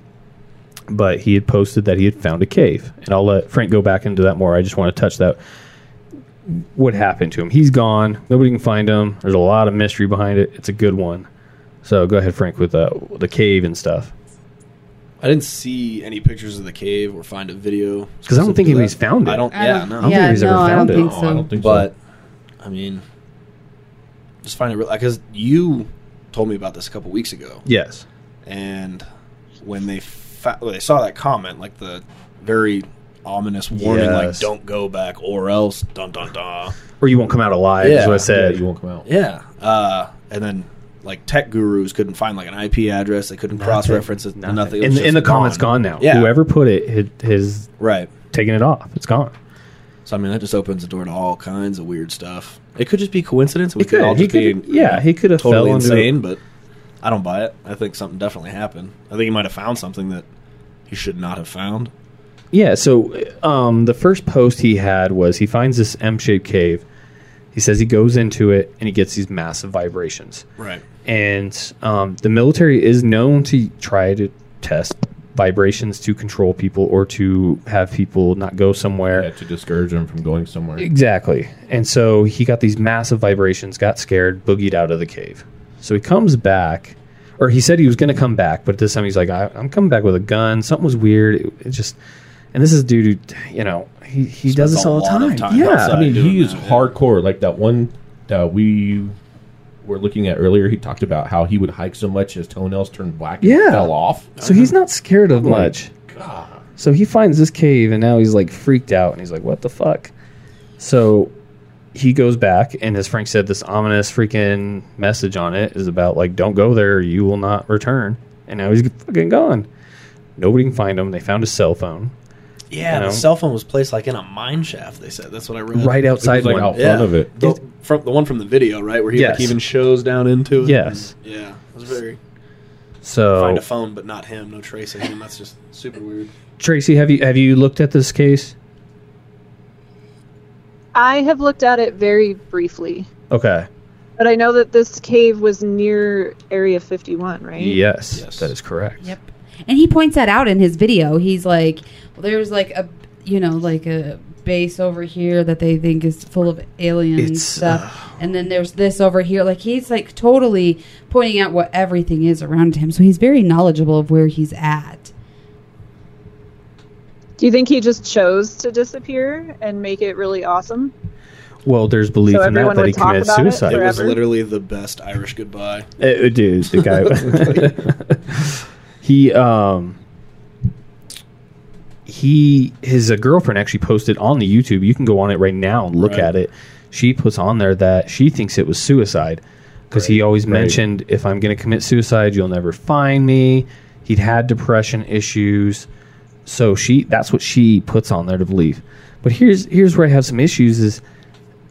[SPEAKER 1] but he had posted that he had found a cave, and I'll let Frank go back into that more. I just want to touch that. What happened to him? He's gone. Nobody can find him. There's a lot of mystery behind it. It's a good one. So go ahead, Frank, with uh, the cave and stuff,
[SPEAKER 3] I didn't see any pictures of the cave or find a video
[SPEAKER 1] because I don't think
[SPEAKER 3] specifically
[SPEAKER 1] anybody's
[SPEAKER 3] that.
[SPEAKER 1] found it.
[SPEAKER 3] I don't.
[SPEAKER 2] I
[SPEAKER 3] yeah,
[SPEAKER 2] don't-
[SPEAKER 3] no. Oh,
[SPEAKER 1] I don't
[SPEAKER 2] Yeah,
[SPEAKER 1] think he's ever
[SPEAKER 2] no, I
[SPEAKER 1] found
[SPEAKER 2] don't
[SPEAKER 1] it.
[SPEAKER 2] think
[SPEAKER 4] No,
[SPEAKER 2] so.
[SPEAKER 4] I don't think
[SPEAKER 3] but
[SPEAKER 4] so.
[SPEAKER 3] I mean, just find it real because you told me about this a couple weeks ago,
[SPEAKER 1] Yes.
[SPEAKER 3] and when they fa- when they saw that comment, like the very ominous warning, like
[SPEAKER 1] Yes.
[SPEAKER 3] "Don't go back or else," dun dun dun.
[SPEAKER 1] Or you won't come out alive. Is
[SPEAKER 3] Yeah.
[SPEAKER 1] what I said.
[SPEAKER 4] Yeah, you won't come out.
[SPEAKER 3] Yeah, uh, and then like tech gurus couldn't find like an IP address, they couldn't cross reference it, nothing. It
[SPEAKER 1] In,
[SPEAKER 3] was
[SPEAKER 1] the- in the
[SPEAKER 3] just
[SPEAKER 1] comments, gone now.
[SPEAKER 3] Yeah,
[SPEAKER 1] Whoever put it had- has
[SPEAKER 3] right.
[SPEAKER 1] taken it off. It's gone.
[SPEAKER 3] So I mean, that just opens the door to all kinds of weird stuff. It could just be coincidence. We
[SPEAKER 1] He
[SPEAKER 3] could, all
[SPEAKER 1] He
[SPEAKER 3] just be
[SPEAKER 1] could. Yeah, he could have
[SPEAKER 3] totally
[SPEAKER 1] fell into-
[SPEAKER 3] insane, but I don't buy it. I think something definitely happened. I think he might have found something that he should not have found.
[SPEAKER 1] Yeah. So um, the first post he had was he finds this M-shaped cave. He says he goes into it and he gets these massive vibrations.
[SPEAKER 3] Right.
[SPEAKER 1] and um, the military is known to try to test vibrations to control people or to have people not go somewhere.
[SPEAKER 4] Yeah, to discourage him from going somewhere.
[SPEAKER 1] Exactly. And so he got these massive vibrations, got scared, boogied out of the cave. So he comes back, or he said he was going to come back, but this time he's like, I, I'm coming back with a gun. Something was weird. It, it just, and this is dude who, you know, he, he does
[SPEAKER 3] Spends
[SPEAKER 1] this
[SPEAKER 3] a
[SPEAKER 1] all the
[SPEAKER 3] lot of
[SPEAKER 1] time.
[SPEAKER 3] time
[SPEAKER 1] yeah,
[SPEAKER 3] outside.
[SPEAKER 4] I mean,
[SPEAKER 3] doing
[SPEAKER 4] he is
[SPEAKER 3] that, yeah.
[SPEAKER 4] hardcore. Like that one that we were looking at earlier. He talked about how he would hike so much his toenails turned black and
[SPEAKER 1] Yeah.
[SPEAKER 4] fell off.
[SPEAKER 1] so he's not scared of much. So he finds this cave, and now he's like freaked out, and he's like, "What the fuck?" So he goes back, and as Frank said, this ominous freaking message on it is about like, "Don't go there; you will not return." And now he's fucking gone. Nobody can find him. They found his cell phone
[SPEAKER 3] Yeah,
[SPEAKER 1] You know?
[SPEAKER 3] the cell phone was placed like in a mine shaft. They said that's what I read.
[SPEAKER 1] Uh, right
[SPEAKER 4] It was
[SPEAKER 1] outside
[SPEAKER 4] like
[SPEAKER 1] one.
[SPEAKER 4] out
[SPEAKER 3] Yeah.
[SPEAKER 4] front of it.
[SPEAKER 3] The, from the one from the video, right, where he
[SPEAKER 1] Yes.
[SPEAKER 3] like, even shows down into it.
[SPEAKER 1] Yes.
[SPEAKER 3] And- yeah, it was very
[SPEAKER 1] So
[SPEAKER 3] find a phone, but not him. No trace of him. That's just super weird.
[SPEAKER 1] Tracy, have you have you looked at this case?
[SPEAKER 5] I have looked at it very briefly,
[SPEAKER 1] Okay.
[SPEAKER 5] but I know that this cave was near Area 51, right?
[SPEAKER 1] Yes,
[SPEAKER 3] Yes.
[SPEAKER 1] that is correct.
[SPEAKER 2] Yep. And he points that out in his video. He's like, well, there's like a, you know, like a base over here that they think is full of alien
[SPEAKER 1] It's,
[SPEAKER 2] stuff. and then there's this over here. Like he's like totally pointing out what everything is around him. So he's very knowledgeable of where he's at.
[SPEAKER 5] Do you think he just chose to disappear and make it really awesome?
[SPEAKER 1] Well, there's belief
[SPEAKER 5] So
[SPEAKER 1] in that
[SPEAKER 5] everyone
[SPEAKER 1] that
[SPEAKER 5] would
[SPEAKER 1] he
[SPEAKER 5] talk
[SPEAKER 1] committed
[SPEAKER 5] about it
[SPEAKER 1] suicide.
[SPEAKER 3] It was
[SPEAKER 5] Forever.
[SPEAKER 3] literally the best Irish goodbye.
[SPEAKER 1] It, it is Eh, the guy. he um he his uh, girlfriend actually posted on the YouTube. You can go on it right now and look
[SPEAKER 3] Right.
[SPEAKER 1] at it. She puts on there that she thinks it was suicide because he always mentioned if I'm going to commit suicide, you'll never find me. He'd had depression issues. So she that's what she puts on there to believe. But here's here's where I have some issues is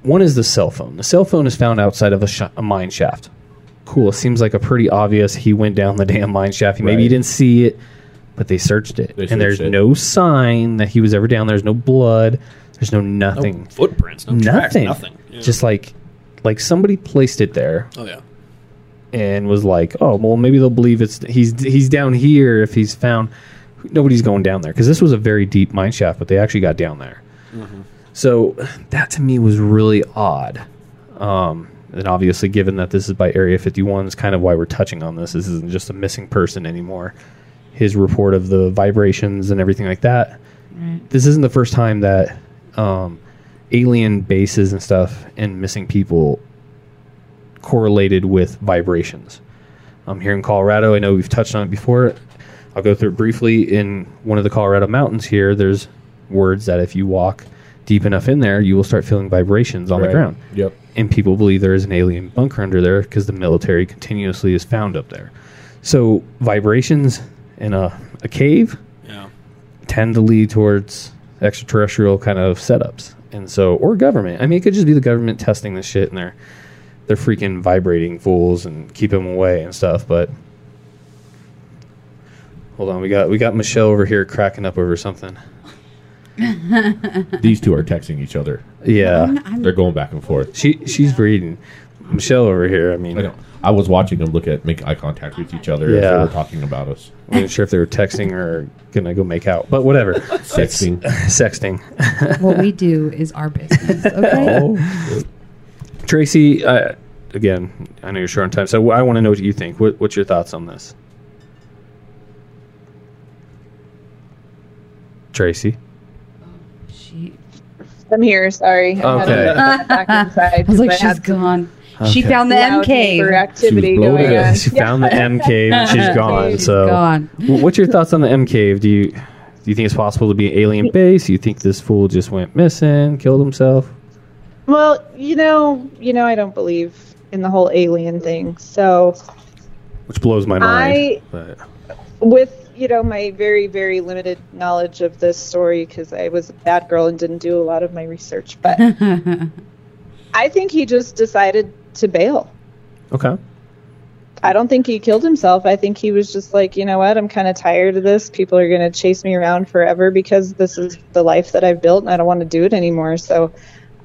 [SPEAKER 1] one is the cell phone. The cell phone is found outside of a, sh- a mine shaft. Cool. It seems like a pretty obvious. He went down the (laughs) damn mine shaft. Maybe he
[SPEAKER 4] Right.
[SPEAKER 1] didn't see it, but they searched it,
[SPEAKER 4] They
[SPEAKER 1] and there's
[SPEAKER 4] searched it.
[SPEAKER 1] no sign that he was ever down. there. There's no blood. There's no
[SPEAKER 3] No
[SPEAKER 1] nothing.
[SPEAKER 3] footprints. No tracks.
[SPEAKER 1] nothing.
[SPEAKER 3] Nothing. Yeah.
[SPEAKER 1] Just like like somebody placed it there
[SPEAKER 3] oh yeah.
[SPEAKER 1] and was like, "Oh, well, maybe they'll believe it's he's he's down here if he's found." Nobody's going down there because this was a very deep mine shaft, but they actually got down there.
[SPEAKER 4] Mm-hmm.
[SPEAKER 1] So that to me was really odd. Um, and obviously, given that this is by Area 51, is kind of why we're touching on this. This isn't just a missing person anymore. His report of the vibrations and everything like that.
[SPEAKER 2] Right.
[SPEAKER 1] This isn't the first time that um, alien bases and stuff and missing people correlated with vibrations. Um, here in Colorado, I know we've touched on it before. I'll go through it briefly. In one of the Colorado mountains here, there's words that if you walk deep enough in there, you will start feeling vibrations on
[SPEAKER 4] Right.
[SPEAKER 1] the ground.
[SPEAKER 4] Yep.
[SPEAKER 1] And people believe there is an alien bunker under there because the military continuously is found up there. So vibrations in a, a cave
[SPEAKER 3] Yeah.
[SPEAKER 1] tend to lead towards extraterrestrial kind of setups. And so, or government. I mean, it could just be the government testing this shit and they're, they're freaking vibrating fools and keep them away and stuff. But hold on, we got, we got Michelle over here cracking up over something.
[SPEAKER 4] These two are texting each other.
[SPEAKER 1] Yeah.
[SPEAKER 2] I'm- I'm-
[SPEAKER 4] They're going back and forth.
[SPEAKER 1] She, she's reading. Michelle over here. I mean,
[SPEAKER 4] I know. I was watching them look at make eye contact with each other as they
[SPEAKER 1] Yeah.
[SPEAKER 4] were talking about us.
[SPEAKER 1] I'm not sure if they were texting or gonna go make out, but (laughs) whatever.
[SPEAKER 4] Sexting.
[SPEAKER 1] Sexting.
[SPEAKER 2] what we do is
[SPEAKER 1] (laughs)
[SPEAKER 2] our business. Okay.
[SPEAKER 4] oh,
[SPEAKER 1] Tracy, uh, again, I know you're short on time, so I want to know what you think. What, what's your thoughts on this? Tracy.
[SPEAKER 2] she,
[SPEAKER 5] I'm here, sorry. I had
[SPEAKER 1] Okay.
[SPEAKER 5] to get back inside
[SPEAKER 2] (laughs) I was like,
[SPEAKER 5] because I
[SPEAKER 2] she's
[SPEAKER 5] had some
[SPEAKER 2] gone. She
[SPEAKER 1] Okay.
[SPEAKER 2] found the
[SPEAKER 5] loud neighbor
[SPEAKER 2] MK.
[SPEAKER 5] activity
[SPEAKER 4] She was bloated.
[SPEAKER 5] going on.
[SPEAKER 1] She found the M cave and
[SPEAKER 2] (laughs)
[SPEAKER 1] she's gone.
[SPEAKER 2] Oh She's
[SPEAKER 1] so,
[SPEAKER 2] gone.
[SPEAKER 1] Wh- what's your thoughts on the M cave? Do you do you think it's possible to be an alien base? You think this fool just went missing, killed himself?
[SPEAKER 5] Well, you know, you know, I don't believe in the whole alien thing. So,
[SPEAKER 1] Which blows my mind.
[SPEAKER 5] I-
[SPEAKER 1] but-
[SPEAKER 5] with you know my very very limited knowledge of this story, because I was a bad girl and didn't do a lot of my research, but I think he just decided to bail.
[SPEAKER 1] okay.
[SPEAKER 5] I don't think he killed himself. I think he was just like, you know what? I'm kind of tired of this. People are going to chase me around forever because this is the life that I've built and I don't want to do it anymore. So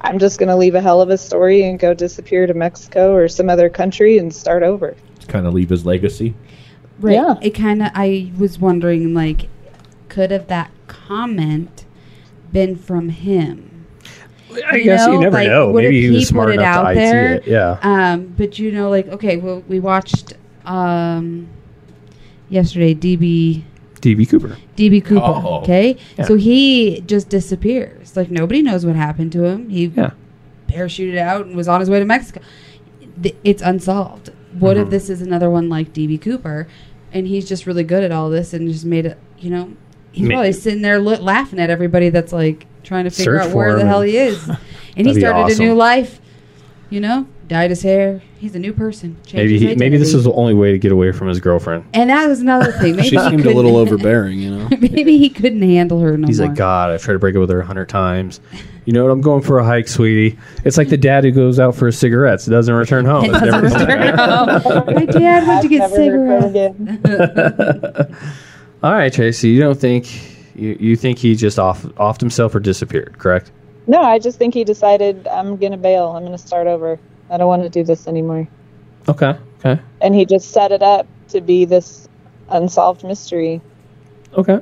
[SPEAKER 5] I'm just going to leave a hell of a story and go disappear to Mexico or some other country and start over.
[SPEAKER 4] kind of leave his legacy.
[SPEAKER 2] Right.
[SPEAKER 5] Yeah.
[SPEAKER 2] It kind of, I was wondering, like, could have that comment been from him?
[SPEAKER 1] I
[SPEAKER 2] You
[SPEAKER 1] guess you
[SPEAKER 2] know,
[SPEAKER 1] never
[SPEAKER 2] like,
[SPEAKER 1] know.
[SPEAKER 2] what
[SPEAKER 1] Maybe
[SPEAKER 2] if
[SPEAKER 1] he
[SPEAKER 2] he
[SPEAKER 1] was
[SPEAKER 2] put
[SPEAKER 1] smart
[SPEAKER 2] it
[SPEAKER 1] enough to
[SPEAKER 2] out
[SPEAKER 1] IT
[SPEAKER 2] there? Uh,
[SPEAKER 1] it. Yeah.
[SPEAKER 2] Um, but you know, like, okay, well, we watched um, yesterday, DB
[SPEAKER 1] DB Cooper.
[SPEAKER 2] DB Cooper.
[SPEAKER 4] Oh.
[SPEAKER 2] Okay,
[SPEAKER 1] Yeah.
[SPEAKER 2] so he just disappears. Like nobody knows what happened to him. He
[SPEAKER 1] Yeah.
[SPEAKER 2] parachuted out and was on his way to Mexico. Th- It's unsolved. What if
[SPEAKER 1] Mhm.
[SPEAKER 2] this is another one like DB Cooper, and he's just really good at all this and just made it? You know, he's
[SPEAKER 1] Ma-
[SPEAKER 2] probably sitting there lo- laughing at everybody that's like trying to figure
[SPEAKER 1] Search
[SPEAKER 2] out
[SPEAKER 1] for
[SPEAKER 2] where
[SPEAKER 1] him
[SPEAKER 2] the hell
[SPEAKER 1] and- (laughs)
[SPEAKER 2] he is. And he
[SPEAKER 1] That'd be
[SPEAKER 2] started a new
[SPEAKER 1] awesome.
[SPEAKER 2] life. You know, dyed his hair. He's a new person. Changed
[SPEAKER 1] Maybe
[SPEAKER 2] his
[SPEAKER 1] he, maybe this
[SPEAKER 2] identity.
[SPEAKER 1] is the only way to get away from his girlfriend.
[SPEAKER 2] And that was another
[SPEAKER 1] (laughs)
[SPEAKER 2] thing. Maybe
[SPEAKER 3] she
[SPEAKER 2] he
[SPEAKER 3] seemed a
[SPEAKER 2] couldn't-
[SPEAKER 3] little overbearing, you know.
[SPEAKER 2] (laughs) maybe he couldn't handle her no
[SPEAKER 1] He's
[SPEAKER 2] more.
[SPEAKER 1] like, God, I've tried to break up with her a hundred times. You know what? I'm going for a hike, sweetie. It's like the dad who goes out for his cigarettes, doesn't return home.
[SPEAKER 2] (laughs) It doesn't
[SPEAKER 1] Never comes
[SPEAKER 2] return home. (laughs) My dad went to get cigarettes.
[SPEAKER 5] again.
[SPEAKER 1] All right, Tracy. You don't think you, you think he just off offed himself or disappeared? Correct.
[SPEAKER 5] No, I just think he decided I'm gonna bail. I'm gonna start over. I don't want to do this anymore.
[SPEAKER 1] Okay. Okay.
[SPEAKER 5] And he just set it up to be this unsolved mystery.
[SPEAKER 1] Okay.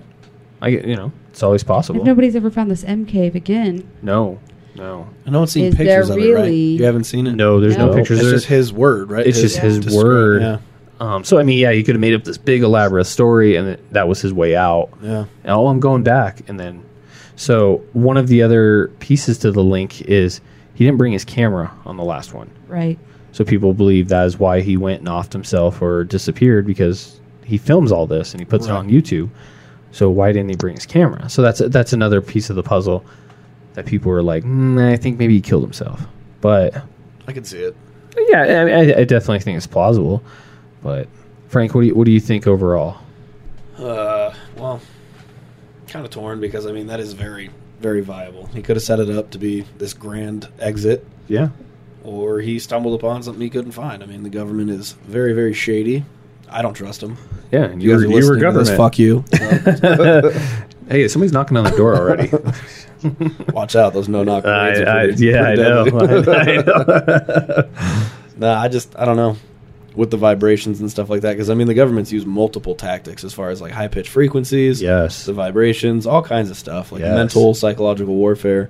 [SPEAKER 1] I get- you know it's always
[SPEAKER 2] If
[SPEAKER 1] possible.
[SPEAKER 2] nobody's ever found this M cave again,
[SPEAKER 1] No. No.
[SPEAKER 3] I don't see
[SPEAKER 2] Is
[SPEAKER 3] pictures
[SPEAKER 2] there
[SPEAKER 3] of it, right?
[SPEAKER 2] really-
[SPEAKER 3] You haven't seen it.
[SPEAKER 1] No. There's no,
[SPEAKER 2] No.
[SPEAKER 1] pictures.
[SPEAKER 3] It's
[SPEAKER 1] of
[SPEAKER 3] just
[SPEAKER 1] it.
[SPEAKER 3] his word, right?
[SPEAKER 1] It's just his
[SPEAKER 3] descript-
[SPEAKER 1] word.
[SPEAKER 3] Yeah,
[SPEAKER 1] Um, so I mean, yeah, you could have made up this big elaborate story, and that- that was his way out.
[SPEAKER 3] yeah.
[SPEAKER 1] oh, I'm going back. And then, so one of the other pieces to the link is he didn't bring his camera on the last one.
[SPEAKER 2] right?
[SPEAKER 1] So people believe that is why he went and offed himself or disappeared because he films all this and he puts it
[SPEAKER 3] Right.
[SPEAKER 1] on YouTube. So why didn't he bring his camera? So that's that's another piece of the puzzle that people were like, mm, I think maybe he killed himself. But
[SPEAKER 3] I can see it.
[SPEAKER 1] yeah, I, I, I definitely think it's plausible. But Frank, what do you, what do you think overall?
[SPEAKER 3] Uh, well, kind of torn because I mean that is very, very viable. He could have set it up to be this grand exit,
[SPEAKER 1] Yeah.
[SPEAKER 3] or he stumbled upon something he couldn't find. I mean, the government is very, very shady. I don't trust him.
[SPEAKER 1] Yeah, and you, were,
[SPEAKER 3] guys are
[SPEAKER 1] you were
[SPEAKER 3] listening to
[SPEAKER 1] government.
[SPEAKER 3] this, Fuck you. (laughs) So,
[SPEAKER 1] Hey, somebody's knocking on the door (laughs) already.
[SPEAKER 3] watch out, those no knock.
[SPEAKER 1] I, I, yeah, I know. (laughs) I (laughs) know.
[SPEAKER 3] Nah, I just I don't know with the vibrations and stuff like that because I mean the government's used multiple tactics as far as like high pitched frequencies,
[SPEAKER 1] yes.
[SPEAKER 3] the vibrations, all kinds of stuff like
[SPEAKER 1] Yes.
[SPEAKER 3] mental psychological warfare.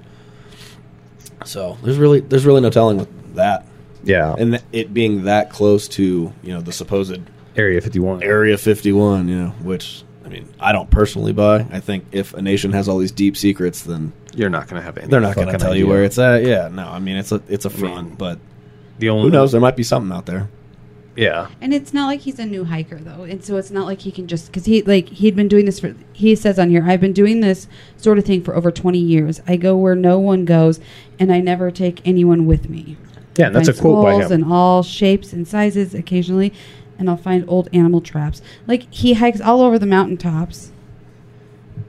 [SPEAKER 3] So there's really there's really no telling with that
[SPEAKER 1] Yeah.
[SPEAKER 3] and th- it being that close to you know the supposed
[SPEAKER 1] Area 51.
[SPEAKER 3] Area 51, you know, which I mean I don't personally buy. I think if a nation has all these deep secrets, then
[SPEAKER 1] You're not going to have any.
[SPEAKER 3] they're not going to
[SPEAKER 1] fucking
[SPEAKER 3] tell you
[SPEAKER 1] idea.
[SPEAKER 3] where it's at. Yeah, no, I mean it's a it's a front,
[SPEAKER 1] mean,
[SPEAKER 3] but
[SPEAKER 1] The only,
[SPEAKER 3] who knows? There might be something out there.
[SPEAKER 1] Yeah.
[SPEAKER 2] And it's not like he's a new hiker though, and so it's not like he can just because he like he'd been doing this for. He says on here, I've been doing this sort of thing for over twenty years. I go where no one goes, and I never take anyone with me.
[SPEAKER 1] Yeah, and that's a
[SPEAKER 2] Find
[SPEAKER 1] quote by
[SPEAKER 2] squirrels
[SPEAKER 1] him.
[SPEAKER 2] In all shapes and sizes, occasionally, and I'll find old animal traps. Like he hikes all over the mountaintops,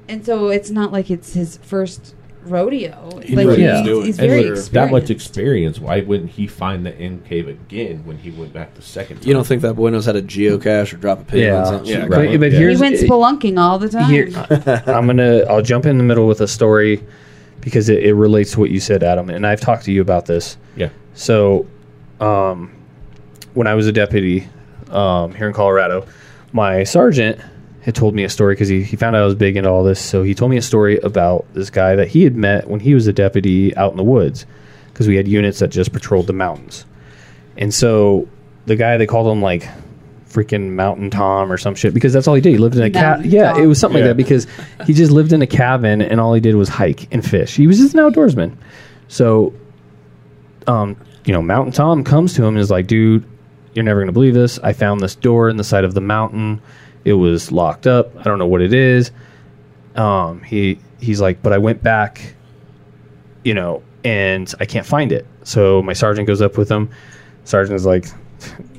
[SPEAKER 2] and so it's not like it's his first rodeo.
[SPEAKER 3] He
[SPEAKER 2] like
[SPEAKER 1] he's
[SPEAKER 3] knows what
[SPEAKER 2] he's,
[SPEAKER 3] doing.
[SPEAKER 2] he's
[SPEAKER 4] And
[SPEAKER 2] very
[SPEAKER 4] with
[SPEAKER 2] experienced.
[SPEAKER 4] that much experience, why wouldn't he find the end cave again when he went back the second time?
[SPEAKER 3] You don't think that boy knows how to geocache or drop a pin
[SPEAKER 1] Yeah.
[SPEAKER 3] on something?
[SPEAKER 1] Yeah,
[SPEAKER 3] right.
[SPEAKER 1] but- but
[SPEAKER 4] Yeah.
[SPEAKER 2] he
[SPEAKER 1] here's-
[SPEAKER 2] went spelunking all the time.
[SPEAKER 1] Here, I'm gonna. I'll jump in the middle with a story because it, it relates to what you said, Adam. And I've talked to you about this.
[SPEAKER 4] Yeah.
[SPEAKER 1] So, um, when I was a deputy um, here in Colorado, my sergeant had told me a story because he, he found out I was big into all this. So he told me a story about this guy that he had met when he was a deputy out in the woods because we had units that just patrolled the mountains. And so the guy, they called him like freaking Mountain Tom or some shit because that's all he did. He lived in a cat.
[SPEAKER 2] Mountain
[SPEAKER 1] Yeah,
[SPEAKER 2] Tom.
[SPEAKER 1] it was something
[SPEAKER 4] Yeah.
[SPEAKER 1] like that because he just lived in a cabin and all he did was hike and fish. He was just an outdoorsman. So um, you know, Mountain Tom comes to him and is like, dude, you're never going to believe this. I found this door in the side of the mountain. It was locked up. I don't know what it is. Um, he he's like, but I went back, you know, and I can't find it. So my sergeant goes up with him. Sergeant is like,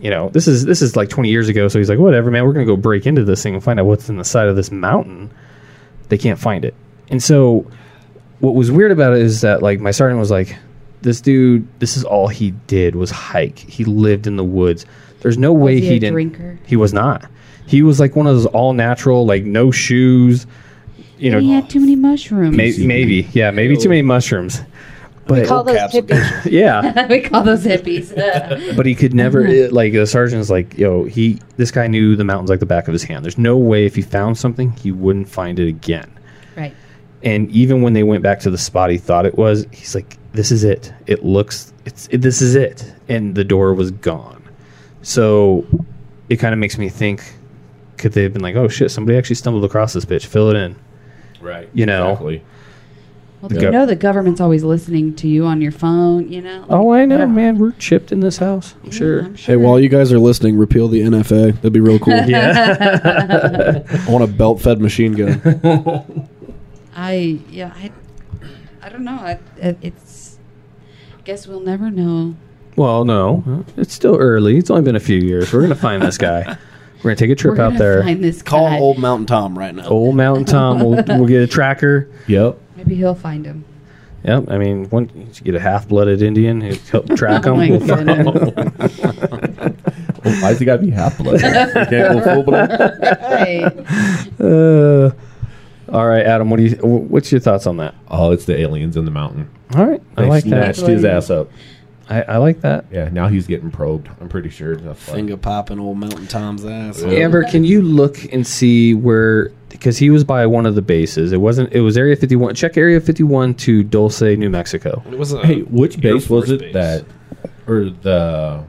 [SPEAKER 1] you know, this is this is like 20 years ago. So he's like, whatever, man. We're gonna go break into this thing and find out what's in the side of this mountain. They can't find it. And so, what was weird about it is that like my sergeant was like, this dude, this is all he did was hike. He lived in the woods. There's no way
[SPEAKER 2] Was he a
[SPEAKER 1] didn't.
[SPEAKER 2] drinker?
[SPEAKER 1] He was not. He was like one of those all natural, like no shoes. You know,
[SPEAKER 2] he had too many mushrooms.
[SPEAKER 1] May- maybe, yeah, maybe too many mushrooms. But
[SPEAKER 5] Call those
[SPEAKER 3] capsule.
[SPEAKER 5] hippies.
[SPEAKER 1] yeah,
[SPEAKER 2] (laughs) we call those hippies. (laughs)
[SPEAKER 3] (laughs)
[SPEAKER 1] but he could never it- like the sergeant's like, yo, he this guy knew the mountains like the back of his hand. There's no way if he found something, he wouldn't find it again.
[SPEAKER 2] right.
[SPEAKER 1] And even when they went back to the spot he thought it was, he's like, this is it. It looks it's it, this is it. And the door was gone. So it kind of makes me think could they have been like, oh shit, somebody actually stumbled across this bitch, fill it in.
[SPEAKER 4] Right.
[SPEAKER 1] You know.
[SPEAKER 4] Exactly.
[SPEAKER 2] Well,
[SPEAKER 1] Yeah.
[SPEAKER 2] you know the government's always listening to you on your phone. You know.
[SPEAKER 1] Oh, I know,
[SPEAKER 4] Yeah.
[SPEAKER 1] man. We're chipped in this house. I'm
[SPEAKER 2] Yeah,
[SPEAKER 1] sure.
[SPEAKER 2] I'm
[SPEAKER 3] Hey,
[SPEAKER 2] sure.
[SPEAKER 3] while you guys are listening, repeal the NFA. That'd be real cool.
[SPEAKER 1] Yeah.
[SPEAKER 3] I want a belt-fed machine gun.
[SPEAKER 2] I yeah I I don't know. I, it, it's guess we'll never know.
[SPEAKER 1] well, no, it's still early. It's only been a few years. We're gonna find this guy. We're gonna take a trip
[SPEAKER 2] We're
[SPEAKER 1] out
[SPEAKER 2] gonna
[SPEAKER 1] there.
[SPEAKER 2] Find this
[SPEAKER 3] (laughs) Call
[SPEAKER 2] guy.
[SPEAKER 3] old Mountain Tom right now.
[SPEAKER 1] Old Mountain Tom. We'll, we'll get a tracker.
[SPEAKER 4] Yep.
[SPEAKER 2] Maybe he'll find him.
[SPEAKER 1] Yep. I mean, one, you get a half-blooded Indian who
[SPEAKER 2] (laughs)
[SPEAKER 1] help track
[SPEAKER 2] Oh
[SPEAKER 1] him.
[SPEAKER 2] my
[SPEAKER 1] We'll find him.
[SPEAKER 4] Well, Oh, why's he got to be half (laughs) blood? can't go full blood.
[SPEAKER 1] (laughs)
[SPEAKER 2] Right.
[SPEAKER 1] Uh, all right, Adam. What do you? wh- What's your thoughts on that?
[SPEAKER 4] Oh, it's the aliens in the mountain.
[SPEAKER 1] All right, I
[SPEAKER 4] They
[SPEAKER 1] like that.
[SPEAKER 4] snatched his ass up.
[SPEAKER 1] I, I like that.
[SPEAKER 4] Yeah, now he's getting probed. I'm pretty sure. That's why.
[SPEAKER 3] Finger popping old Mountain Tom's ass.
[SPEAKER 1] Amber, can you look and see where? Because he was by one of the bases. It wasn't. It was Area 51. Check Area 51 to Dulce, New Mexico.
[SPEAKER 6] It was a
[SPEAKER 4] Hey, which
[SPEAKER 6] Air
[SPEAKER 4] base was
[SPEAKER 6] Force
[SPEAKER 4] it
[SPEAKER 6] base.
[SPEAKER 4] that, or the?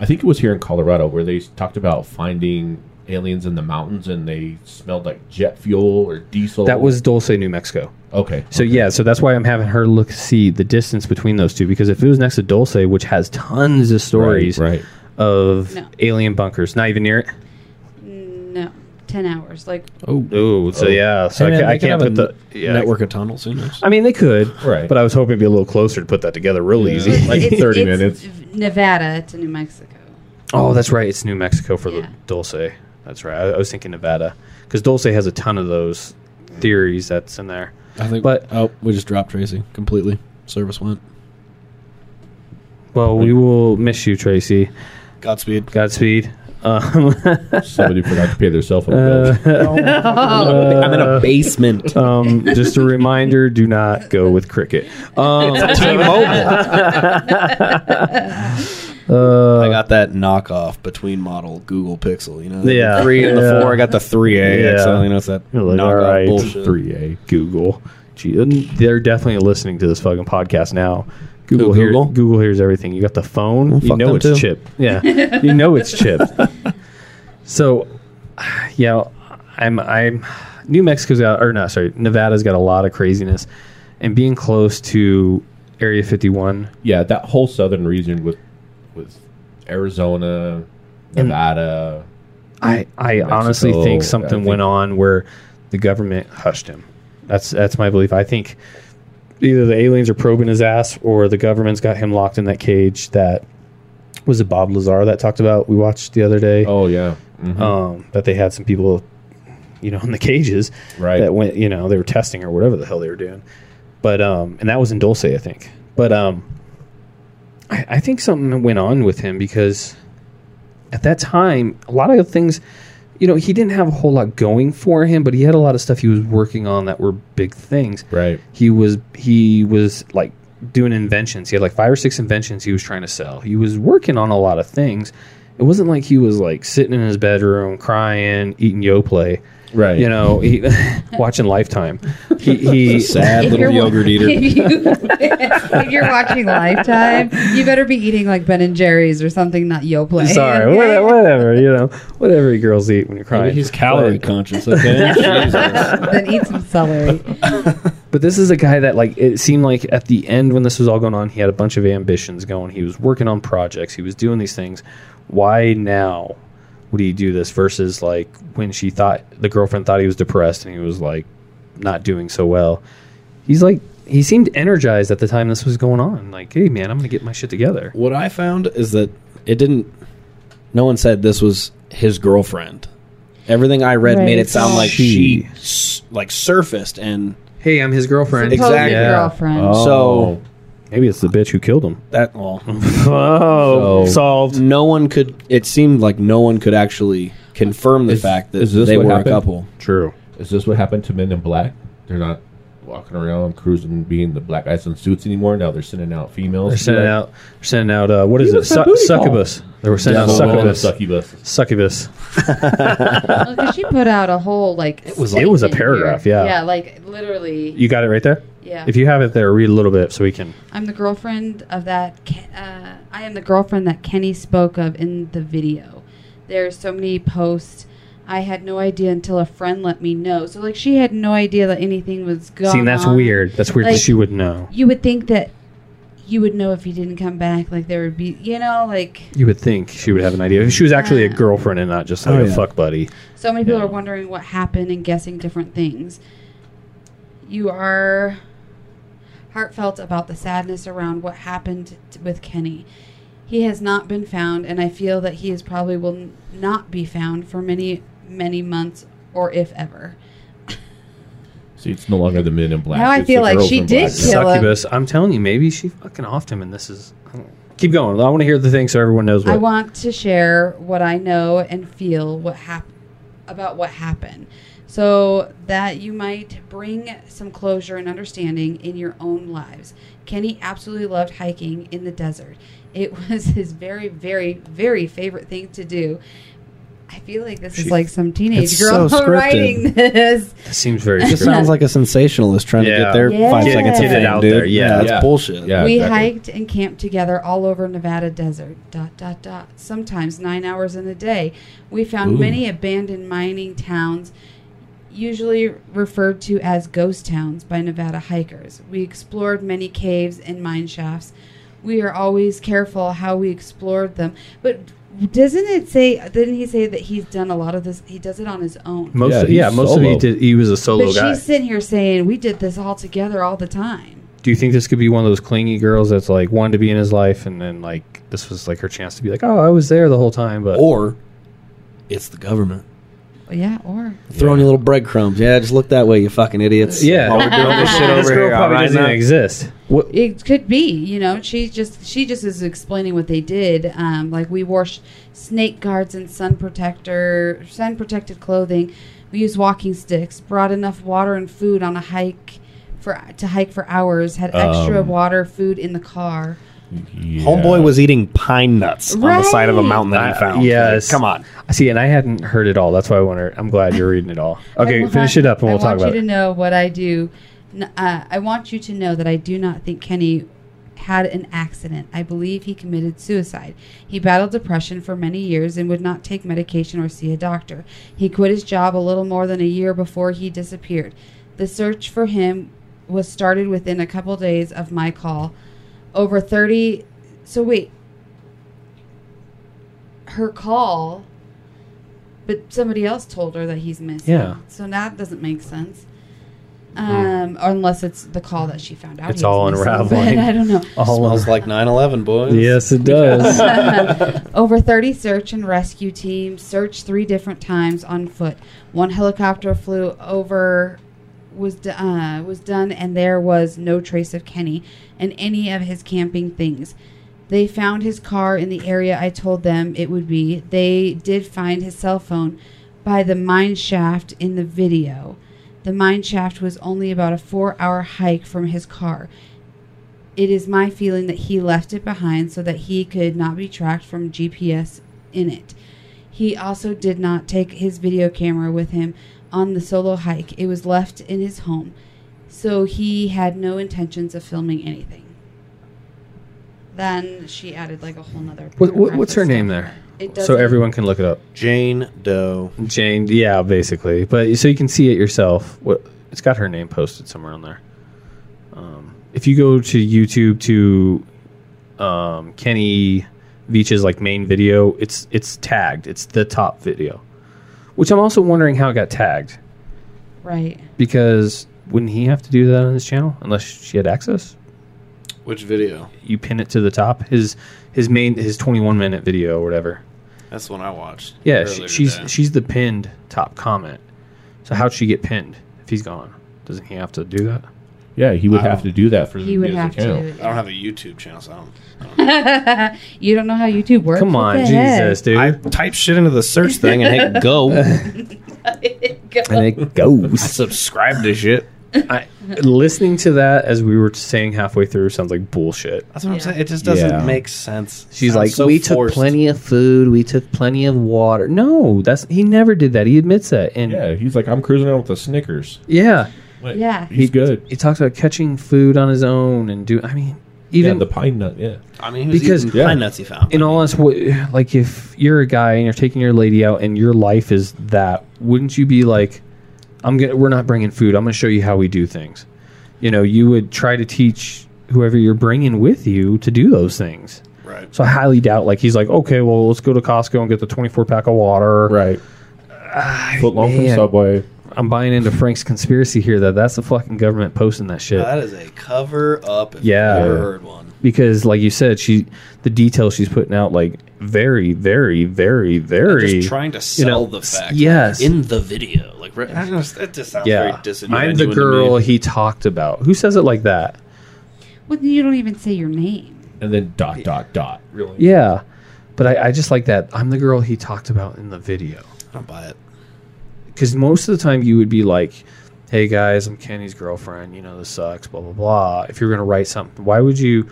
[SPEAKER 4] I think it was here in Colorado where they talked about finding aliens in the mountains and they smelled like jet fuel or diesel.
[SPEAKER 1] That was Dulce, New Mexico.
[SPEAKER 4] okay.
[SPEAKER 1] So yeah, so that's why I'm having her look see the distance between those two because if it was next to Dulce, which has tons of stories
[SPEAKER 4] right?
[SPEAKER 1] of
[SPEAKER 2] No.
[SPEAKER 1] alien bunkers, not even near it.
[SPEAKER 2] No. Ten hours. Like
[SPEAKER 1] Oh, so yeah, so I,
[SPEAKER 3] man,
[SPEAKER 1] ca-
[SPEAKER 3] they
[SPEAKER 1] I
[SPEAKER 3] could
[SPEAKER 1] can't
[SPEAKER 3] have
[SPEAKER 1] put
[SPEAKER 3] a
[SPEAKER 1] the yeah,
[SPEAKER 3] Network of tunnels. Who knows?
[SPEAKER 1] I mean, they could,
[SPEAKER 4] Right.
[SPEAKER 1] But I was hoping to be a little closer to put that together real easy.
[SPEAKER 4] Like
[SPEAKER 2] it's,
[SPEAKER 4] 30
[SPEAKER 2] it's
[SPEAKER 4] minutes.
[SPEAKER 2] v- Nevada to New Mexico.
[SPEAKER 1] Oh, that's right. It's New Mexico for
[SPEAKER 2] Yeah.
[SPEAKER 1] the Dulce. That's right. I, I was thinking Nevada because Dulce has a ton of those theories that's in there.
[SPEAKER 3] I think.
[SPEAKER 1] But-
[SPEAKER 3] oh, we just dropped Tracy completely. Service went.
[SPEAKER 1] Well, we will miss you, Tracy.
[SPEAKER 3] Godspeed.
[SPEAKER 1] Godspeed. Um,
[SPEAKER 4] Somebody forgot to pay their cell phone
[SPEAKER 1] Uh,
[SPEAKER 2] (laughs)
[SPEAKER 4] bill.
[SPEAKER 1] (laughs)
[SPEAKER 3] I'm in a basement.
[SPEAKER 1] um, just a reminder: do not go with cricket. Um,
[SPEAKER 3] T-Mobile.
[SPEAKER 1] uh,
[SPEAKER 3] I got that knockoff between model Google Pixel. You know,
[SPEAKER 1] Yeah.
[SPEAKER 3] the three and
[SPEAKER 1] Yeah.
[SPEAKER 3] the four. I got the three A.
[SPEAKER 1] Yeah.
[SPEAKER 3] XL, you know, it's that
[SPEAKER 1] You're like,
[SPEAKER 3] knockoff
[SPEAKER 1] all right.
[SPEAKER 3] bullshit.
[SPEAKER 4] Three eh? A.
[SPEAKER 1] Google. Gee, and they're definitely listening to this fucking podcast now. Google,
[SPEAKER 3] Who,
[SPEAKER 1] hear-
[SPEAKER 3] Oh, Google?
[SPEAKER 1] Google hears everything. You got the phone. you
[SPEAKER 3] fuck
[SPEAKER 1] know
[SPEAKER 3] them
[SPEAKER 1] it's
[SPEAKER 3] too. (laughs)
[SPEAKER 1] chipped. Yeah, you know it's chipped. So, yeah, I'm. I'm. New Mexico's got, or not, sorry, Nevada's got a lot of craziness, and being close to Area 51.
[SPEAKER 4] Yeah, that whole southern region with with Arizona,
[SPEAKER 1] And-
[SPEAKER 4] Nevada.
[SPEAKER 1] I, I honestly
[SPEAKER 4] Mexico,
[SPEAKER 1] think
[SPEAKER 4] I
[SPEAKER 1] something
[SPEAKER 4] think-
[SPEAKER 1] went on where the government hushed him. That's that's my belief. I think either the aliens are probing his ass or the government's got him locked in that cage that was it Bob Lazar that talked about we watched the other day.
[SPEAKER 4] Oh yeah, Mhm.
[SPEAKER 1] Um, that they had some people you know in the cages
[SPEAKER 4] Right.
[SPEAKER 1] that went you know they were testing or whatever the hell they were doing. But um and that was in Dulce, I think. But um I, I think something went on with him because at that time, a lot of things, you know, he didn't have a whole lot going for him, but he had a lot of stuff he was working on that were big things.
[SPEAKER 4] right.
[SPEAKER 1] He was he was like doing inventions. He had like five or six inventions he was trying to sell. He was working on a lot of things. It wasn't like he was like sitting in his bedroom crying, eating yo play,
[SPEAKER 4] Right.
[SPEAKER 1] you know, he, (laughs) watching Lifetime. He,
[SPEAKER 3] (laughs)
[SPEAKER 1] he
[SPEAKER 3] Sad little
[SPEAKER 2] wa-
[SPEAKER 3] yogurt eater.
[SPEAKER 2] If, you, (laughs) if you're watching Lifetime, you better be eating like Ben and Jerry's or something, not Yoplait.
[SPEAKER 1] sorry, whatever, whatever, you know, whatever you girls eat when you're crying.
[SPEAKER 3] He's calorie
[SPEAKER 1] But-
[SPEAKER 3] conscious.
[SPEAKER 1] (laughs)
[SPEAKER 3] Okay, Jesus.
[SPEAKER 2] then eat some celery.
[SPEAKER 1] But this is a guy that like it seemed like at the end when this was all going on, he had a bunch of ambitions going. He was working on projects. He was doing these things. Why now would he do this versus like when she thought the girlfriend thought he was depressed and he was like not doing so well. He's like he seemed energized at the time this was going on. Like, hey man, I'm gonna get my shit together.
[SPEAKER 3] What I found is that it didn't. No one said this was his girlfriend. Everything I read
[SPEAKER 2] Right.
[SPEAKER 3] made it sound like
[SPEAKER 1] She.
[SPEAKER 3] she, s- like surfaced, and
[SPEAKER 1] Hey, I'm his girlfriend.
[SPEAKER 3] Exactly.
[SPEAKER 2] Supposed Girlfriend.
[SPEAKER 4] Oh.
[SPEAKER 3] So-
[SPEAKER 1] Maybe it's the bitch who killed
[SPEAKER 4] (laughs)
[SPEAKER 1] him.
[SPEAKER 3] that (laughs) well,
[SPEAKER 1] Oh,
[SPEAKER 4] So-
[SPEAKER 1] solved.
[SPEAKER 3] no one could. It seemed like no one could actually confirm the
[SPEAKER 4] Is-
[SPEAKER 3] fact that
[SPEAKER 4] is this
[SPEAKER 3] they
[SPEAKER 4] what
[SPEAKER 3] were
[SPEAKER 4] happened?
[SPEAKER 3] a couple.
[SPEAKER 1] True.
[SPEAKER 4] Is this what happened to Men in Black? They're not walking around cruising, being the black guys in suits anymore. Now they're sending out females.
[SPEAKER 1] They're sending out. They're sending out. Uh, what is
[SPEAKER 4] Even
[SPEAKER 1] it?
[SPEAKER 4] for
[SPEAKER 1] Su-
[SPEAKER 4] booty
[SPEAKER 1] succubus.
[SPEAKER 4] calls.
[SPEAKER 1] They were sent
[SPEAKER 3] Yeah,
[SPEAKER 1] out
[SPEAKER 3] the
[SPEAKER 4] Full blown
[SPEAKER 1] succubus.
[SPEAKER 4] succubus.
[SPEAKER 1] Succubus.
[SPEAKER 2] Well, Oh, 'cause she put out a whole like. It
[SPEAKER 1] was- it was a paragraph, yeah.
[SPEAKER 2] Yeah, like literally.
[SPEAKER 1] You got it right there.
[SPEAKER 2] yeah.
[SPEAKER 1] If you have it there, read a little bit so we can.
[SPEAKER 2] I'm the girlfriend of that. Ke- Uh, I am the girlfriend that Kenny spoke of in the video. There's so many posts. I had no idea until a friend let me know. So like she had no idea that anything was going.
[SPEAKER 1] See, and that's
[SPEAKER 2] on.
[SPEAKER 1] weird. That's weird.
[SPEAKER 2] Like-
[SPEAKER 1] that she would know.
[SPEAKER 2] You would think that you would know if he didn't come back. Like there would be, you know, like
[SPEAKER 1] You would think she would have an idea. If She was actually a
[SPEAKER 2] Yeah.
[SPEAKER 1] girlfriend and not just like
[SPEAKER 3] Oh,
[SPEAKER 1] a
[SPEAKER 3] yeah.
[SPEAKER 1] fuck buddy.
[SPEAKER 2] so many people
[SPEAKER 4] Yeah.
[SPEAKER 2] are wondering what happened and guessing different things. You are heartfelt about the sadness around what happened t- with Kenny. He has not been found, and I feel that he is probably will n- not be found for many, many months or if ever.
[SPEAKER 4] See, it's no longer the men in black.
[SPEAKER 2] Now I
[SPEAKER 4] it's
[SPEAKER 2] feel
[SPEAKER 4] the
[SPEAKER 2] like
[SPEAKER 4] girls
[SPEAKER 2] she
[SPEAKER 4] in
[SPEAKER 2] did
[SPEAKER 4] black.
[SPEAKER 2] kill- Killer.
[SPEAKER 1] Succubus. I'm telling you, maybe she fucking offed him, and this is. Keep going. I want to hear the thing so everyone knows what.
[SPEAKER 2] I want to share what I know and feel what hap- about what happened so that you might bring some closure and understanding in your own lives. Kenny absolutely loved hiking in the desert. It (laughs) was his very, very, very favorite thing to do. I feel like this is
[SPEAKER 3] She-
[SPEAKER 2] like some teenage
[SPEAKER 3] It's
[SPEAKER 2] girl (laughs)
[SPEAKER 3] so scripted.
[SPEAKER 2] writing this.
[SPEAKER 1] That seems very.
[SPEAKER 3] It just
[SPEAKER 1] scripted.
[SPEAKER 3] sounds like a sensationalist trying to
[SPEAKER 1] Yeah.
[SPEAKER 3] get their
[SPEAKER 2] Yeah.
[SPEAKER 3] five
[SPEAKER 2] Get-
[SPEAKER 3] seconds
[SPEAKER 2] get
[SPEAKER 3] of
[SPEAKER 2] it
[SPEAKER 3] fame,
[SPEAKER 1] out
[SPEAKER 3] dude.
[SPEAKER 1] there, yeah.
[SPEAKER 3] that's
[SPEAKER 4] Yeah.
[SPEAKER 3] bullshit.
[SPEAKER 4] Yeah.
[SPEAKER 2] we
[SPEAKER 4] exactly.
[SPEAKER 2] hiked and camped together all over Nevada desert. Dot dot dot. Sometimes nine hours in a day. We found
[SPEAKER 4] Ooh.
[SPEAKER 2] many abandoned mining towns, usually referred to as ghost towns by Nevada hikers. We explored many caves and mine shafts. We are always careful how we explored them. But doesn't it say? Didn't he say that he's done a lot of this? He does it on his own.
[SPEAKER 1] most.
[SPEAKER 4] Yeah,
[SPEAKER 1] Yeah,
[SPEAKER 4] he's
[SPEAKER 1] most of he
[SPEAKER 4] solo.
[SPEAKER 1] did. He was a solo
[SPEAKER 2] but
[SPEAKER 1] guy.
[SPEAKER 2] she's sitting here saying we did this all together all the time.
[SPEAKER 1] Do you think this could be one of those clingy girls that's like wanted to be in his life, and then like this was like her chance to be like, oh, I was there the whole time, but
[SPEAKER 3] Or it's the government
[SPEAKER 2] Yeah, or
[SPEAKER 3] throwing you little breadcrumbs. Yeah, just look that way, you fucking idiots. (laughs)
[SPEAKER 1] yeah,
[SPEAKER 3] While we're doing this shit
[SPEAKER 1] This
[SPEAKER 3] over
[SPEAKER 1] girl
[SPEAKER 3] here, all
[SPEAKER 1] probably
[SPEAKER 3] right
[SPEAKER 1] doesn't
[SPEAKER 3] now.
[SPEAKER 1] exist. What?
[SPEAKER 2] it could be you know she just she just is explaining what they did um, like we wore sh- snake guards and sun protector sun protected clothing we used walking sticks brought enough water and food on a hike for to hike for hours had extra
[SPEAKER 4] Um,
[SPEAKER 2] water food in the car
[SPEAKER 4] Yeah.
[SPEAKER 6] Homeboy was eating pine nuts on the side of a
[SPEAKER 2] Right.
[SPEAKER 6] mountain that he
[SPEAKER 1] Uh,
[SPEAKER 6] found.
[SPEAKER 1] yes.
[SPEAKER 6] Like, come on.
[SPEAKER 1] See, and I hadn't heard it all. That's why I wonder. I'm glad you're reading it all.
[SPEAKER 2] I
[SPEAKER 1] Okay,
[SPEAKER 2] want-
[SPEAKER 1] finish it up, and
[SPEAKER 2] I
[SPEAKER 1] we'll talk
[SPEAKER 2] want
[SPEAKER 1] about
[SPEAKER 2] you
[SPEAKER 1] it.
[SPEAKER 2] to know what I do. N- Uh, I want you to know that I do not think Kenny had an accident. I believe he committed suicide. He battled depression for many years and would not take medication or see a doctor. He quit his job a little more than a year before he disappeared. The search for him was started within a couple days of my call. Over 30 so wait. Her call but somebody else told her that he's missing.
[SPEAKER 1] Yeah. Hmm.
[SPEAKER 2] So that doesn't make sense. Um, unless it's the call that she found out.
[SPEAKER 1] It's
[SPEAKER 2] he was
[SPEAKER 1] all
[SPEAKER 2] missing, (laughs)
[SPEAKER 1] unraveling.
[SPEAKER 2] but I don't know.
[SPEAKER 1] All
[SPEAKER 3] Smells
[SPEAKER 1] over.
[SPEAKER 3] like 9-11, boys.
[SPEAKER 1] Yes, it does.
[SPEAKER 2] Over 30 search and rescue teams searched three different times on foot. One helicopter flew over was d- uh, was done and there was no trace of Kenny and any of his camping things. They found his car in the area I told them it would be. They did find his cell phone by the mine shaft in the video. The mine shaft was only about a 4-hour hike from his car. It is my feeling that he left it behind so that he could not be tracked from GPS in it. He also did not take his video camera with him on the solo hike. It was left in his home. So he had no intentions of filming anything. Then she added like a whole nother.
[SPEAKER 1] What, what,
[SPEAKER 2] paragraph
[SPEAKER 1] what's
[SPEAKER 2] of
[SPEAKER 1] her
[SPEAKER 2] stuff.
[SPEAKER 1] name there?
[SPEAKER 2] It
[SPEAKER 1] So
[SPEAKER 2] doesn't-
[SPEAKER 1] everyone can look it up.
[SPEAKER 3] Jane Doe.
[SPEAKER 1] Jane, yeah, basically. But so you can see it yourself. What it's got her name posted somewhere on there. Um, if you go to YouTube to um, Kenny Veach's like main video, it's it's tagged. It's the top video, which I'm also wondering how it got tagged
[SPEAKER 2] Right.
[SPEAKER 1] because wouldn't he have to do that on his channel unless she had access?
[SPEAKER 3] Which video?
[SPEAKER 1] You pin it to the top. His his main his 21 minute video or whatever.
[SPEAKER 3] That's the one I watched.
[SPEAKER 1] Yeah, she,
[SPEAKER 3] earlier
[SPEAKER 1] she's
[SPEAKER 3] today.
[SPEAKER 1] she's the pinned top comment. So how'd she get pinned if he's gone? Doesn't he have to do that?
[SPEAKER 4] Yeah, he would
[SPEAKER 3] Wow.
[SPEAKER 4] have to do that for
[SPEAKER 2] He
[SPEAKER 4] the
[SPEAKER 2] would have
[SPEAKER 4] account.
[SPEAKER 2] to.
[SPEAKER 3] I don't have a YouTube channel, so I don't
[SPEAKER 2] You don't know how YouTube works.
[SPEAKER 1] Come on,
[SPEAKER 2] What the heck?
[SPEAKER 1] Jesus, dude.
[SPEAKER 6] I type shit into the search (laughs) thing and hit go. and it goes. I subscribe to shit.
[SPEAKER 1] I, listening to that as we were saying halfway through sounds like bullshit.
[SPEAKER 6] That's what I'm
[SPEAKER 2] Yeah.
[SPEAKER 6] saying. It just doesn't
[SPEAKER 4] Yeah.
[SPEAKER 6] make sense.
[SPEAKER 1] She's
[SPEAKER 6] Sounds
[SPEAKER 1] like,
[SPEAKER 6] so
[SPEAKER 1] we took
[SPEAKER 6] forced."
[SPEAKER 1] plenty of food, we took plenty of water. No, that's he never did that. He admits that, and yeah,
[SPEAKER 4] Yeah, he's like, I'm cruising around with the Snickers. Like,
[SPEAKER 2] Yeah.
[SPEAKER 4] he's good.
[SPEAKER 1] he talks about catching food on his own and do. I mean,
[SPEAKER 4] Yeah,
[SPEAKER 1] even
[SPEAKER 4] the pine nut. Yeah,
[SPEAKER 6] I mean, who's
[SPEAKER 1] Because-
[SPEAKER 6] because
[SPEAKER 4] yeah.
[SPEAKER 6] pine nuts he found.
[SPEAKER 1] in all honesty, wh- like if you're a guy and you're taking your lady out and your life is that, wouldn't you be like, I'm gonna, we're not bringing food. I'm gonna show you how we do things. You know, you would try to teach whoever you're bringing with you to do those things.
[SPEAKER 6] right.
[SPEAKER 1] So I highly doubt like he's like, okay, well, let's go to Costco and get the 24 pack of water.
[SPEAKER 4] right. Foot long from
[SPEAKER 1] man.
[SPEAKER 4] Subway.
[SPEAKER 1] I'm buying into Frank's conspiracy here that that's the fucking government posting that shit.
[SPEAKER 6] That is a cover up. If
[SPEAKER 1] Yeah.
[SPEAKER 6] you've ever heard one.
[SPEAKER 1] because like you said, she the details she's putting out like very, very, very,
[SPEAKER 6] They're
[SPEAKER 1] very
[SPEAKER 6] just trying to sell
[SPEAKER 1] know,
[SPEAKER 6] the
[SPEAKER 1] s-
[SPEAKER 6] fact.
[SPEAKER 1] yes.
[SPEAKER 6] in the video, like right, I don't know, that just sounds
[SPEAKER 1] yeah.
[SPEAKER 6] very disingenuous.
[SPEAKER 1] I'm the girl he talked about. Who says it like that?
[SPEAKER 2] Well, you don't even say your name.
[SPEAKER 4] And then dot, dot, dot. Really?
[SPEAKER 1] Yeah. But I, I just like that. I'm the girl he talked about in the video.
[SPEAKER 6] I don't buy it.
[SPEAKER 1] because most of the time you would be like, "Hey guys, I'm Kenny's girlfriend. You know this sucks." Blah blah blah. If you're gonna write something, why would you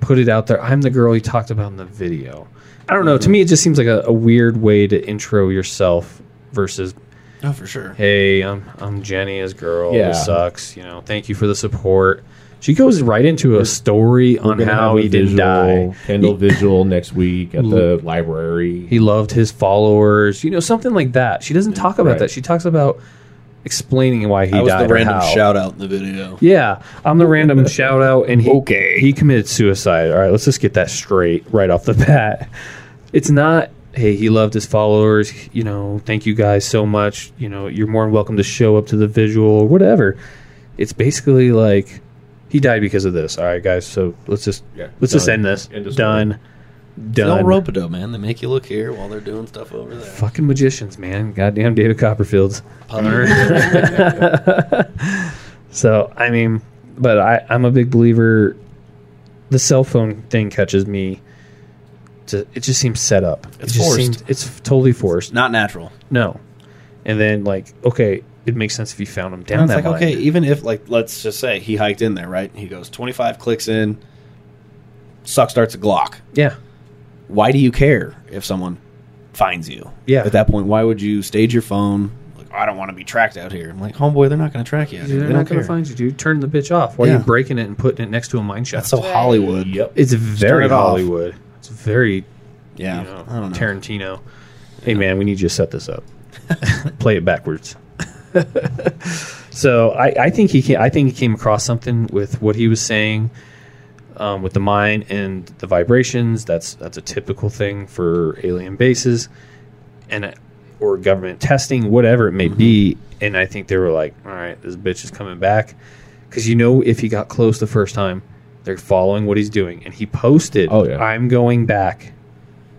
[SPEAKER 1] put it out there? I'm the girl he talked about in the video. I don't know.
[SPEAKER 6] Mm-hmm.
[SPEAKER 1] To me, it just seems like a, a weird way to intro yourself versus,
[SPEAKER 6] No, for sure.
[SPEAKER 1] "Hey, I'm I'm Jenny's girl.
[SPEAKER 4] Yeah.
[SPEAKER 1] This sucks. You know, thank you for the support." She goes right into a story on
[SPEAKER 4] gonna
[SPEAKER 1] how
[SPEAKER 4] have a
[SPEAKER 1] he didn't
[SPEAKER 4] visual-
[SPEAKER 1] die.
[SPEAKER 4] Kendall visual next week at the library.
[SPEAKER 1] he loved his followers, you know, something like that. She doesn't talk about
[SPEAKER 4] Right.
[SPEAKER 1] that. She talks about explaining why he
[SPEAKER 6] I was
[SPEAKER 1] died.
[SPEAKER 6] the
[SPEAKER 1] or
[SPEAKER 6] random
[SPEAKER 1] how.
[SPEAKER 6] shout out in the video.
[SPEAKER 1] Yeah, I'm the random shout out, and he,
[SPEAKER 6] Okay.
[SPEAKER 1] he committed suicide. All right, let's just get that straight right off the (laughs) bat. It's not, hey, he loved his followers. You know, thank you guys so much. You know, you're more than welcome to show up to the visual, whatever. It's basically like he died because of this. All right, guys, so let's just
[SPEAKER 4] Yeah,
[SPEAKER 1] let's just
[SPEAKER 4] done.
[SPEAKER 1] end this.
[SPEAKER 4] End of story.
[SPEAKER 1] done,
[SPEAKER 6] No
[SPEAKER 1] done.
[SPEAKER 6] Robidoux, man. They make you look here while they're doing stuff over there.
[SPEAKER 1] Fucking magicians, man. Goddamn David Copperfields. (laughs) So I mean, but I, I'm a big believer. The cell phone thing catches me. To, it just seems set up.
[SPEAKER 6] It's
[SPEAKER 1] it just
[SPEAKER 6] forced.
[SPEAKER 1] Seems, it's f- totally forced.
[SPEAKER 6] Not natural.
[SPEAKER 1] No, and then like okay, it makes sense if you found him down
[SPEAKER 6] And it's
[SPEAKER 1] that
[SPEAKER 6] like,
[SPEAKER 1] line.
[SPEAKER 6] okay, even if, like, let's just say he hiked in there, right? He goes 25 clicks in, suck starts a Glock.
[SPEAKER 1] Yeah,
[SPEAKER 6] Why do you care if someone finds you?
[SPEAKER 1] Yeah.
[SPEAKER 6] At that point, why would you stage your phone? Like, I don't want to be tracked out here. I'm like, homeboy, they're not going to track you. Out here.
[SPEAKER 1] they're
[SPEAKER 6] They
[SPEAKER 1] not
[SPEAKER 6] don't
[SPEAKER 1] going to
[SPEAKER 6] care.
[SPEAKER 1] find you, dude. Turn the bitch off. Why are
[SPEAKER 6] Yeah.
[SPEAKER 1] you breaking it and putting it next to a mine shaft?
[SPEAKER 6] That's so Hollywood.
[SPEAKER 4] Yep.
[SPEAKER 1] it's very
[SPEAKER 6] it off.
[SPEAKER 1] Hollywood. It's very
[SPEAKER 6] Yeah.
[SPEAKER 1] you know,
[SPEAKER 6] I don't know.
[SPEAKER 1] Tarantino. Hey man, we need you to set (laughs) this up. Play it backwards. (laughs) so I, I think he came, I think he came across something with what he was saying, um, with the mind and the vibrations. That's that's a typical thing for alien bases, and uh, or government testing, whatever it may be. And I think they were like, all right, this bitch is coming back, because you know if he got close the first time, they're following what he's doing, and he posted,
[SPEAKER 4] Oh, yeah.
[SPEAKER 1] I'm going back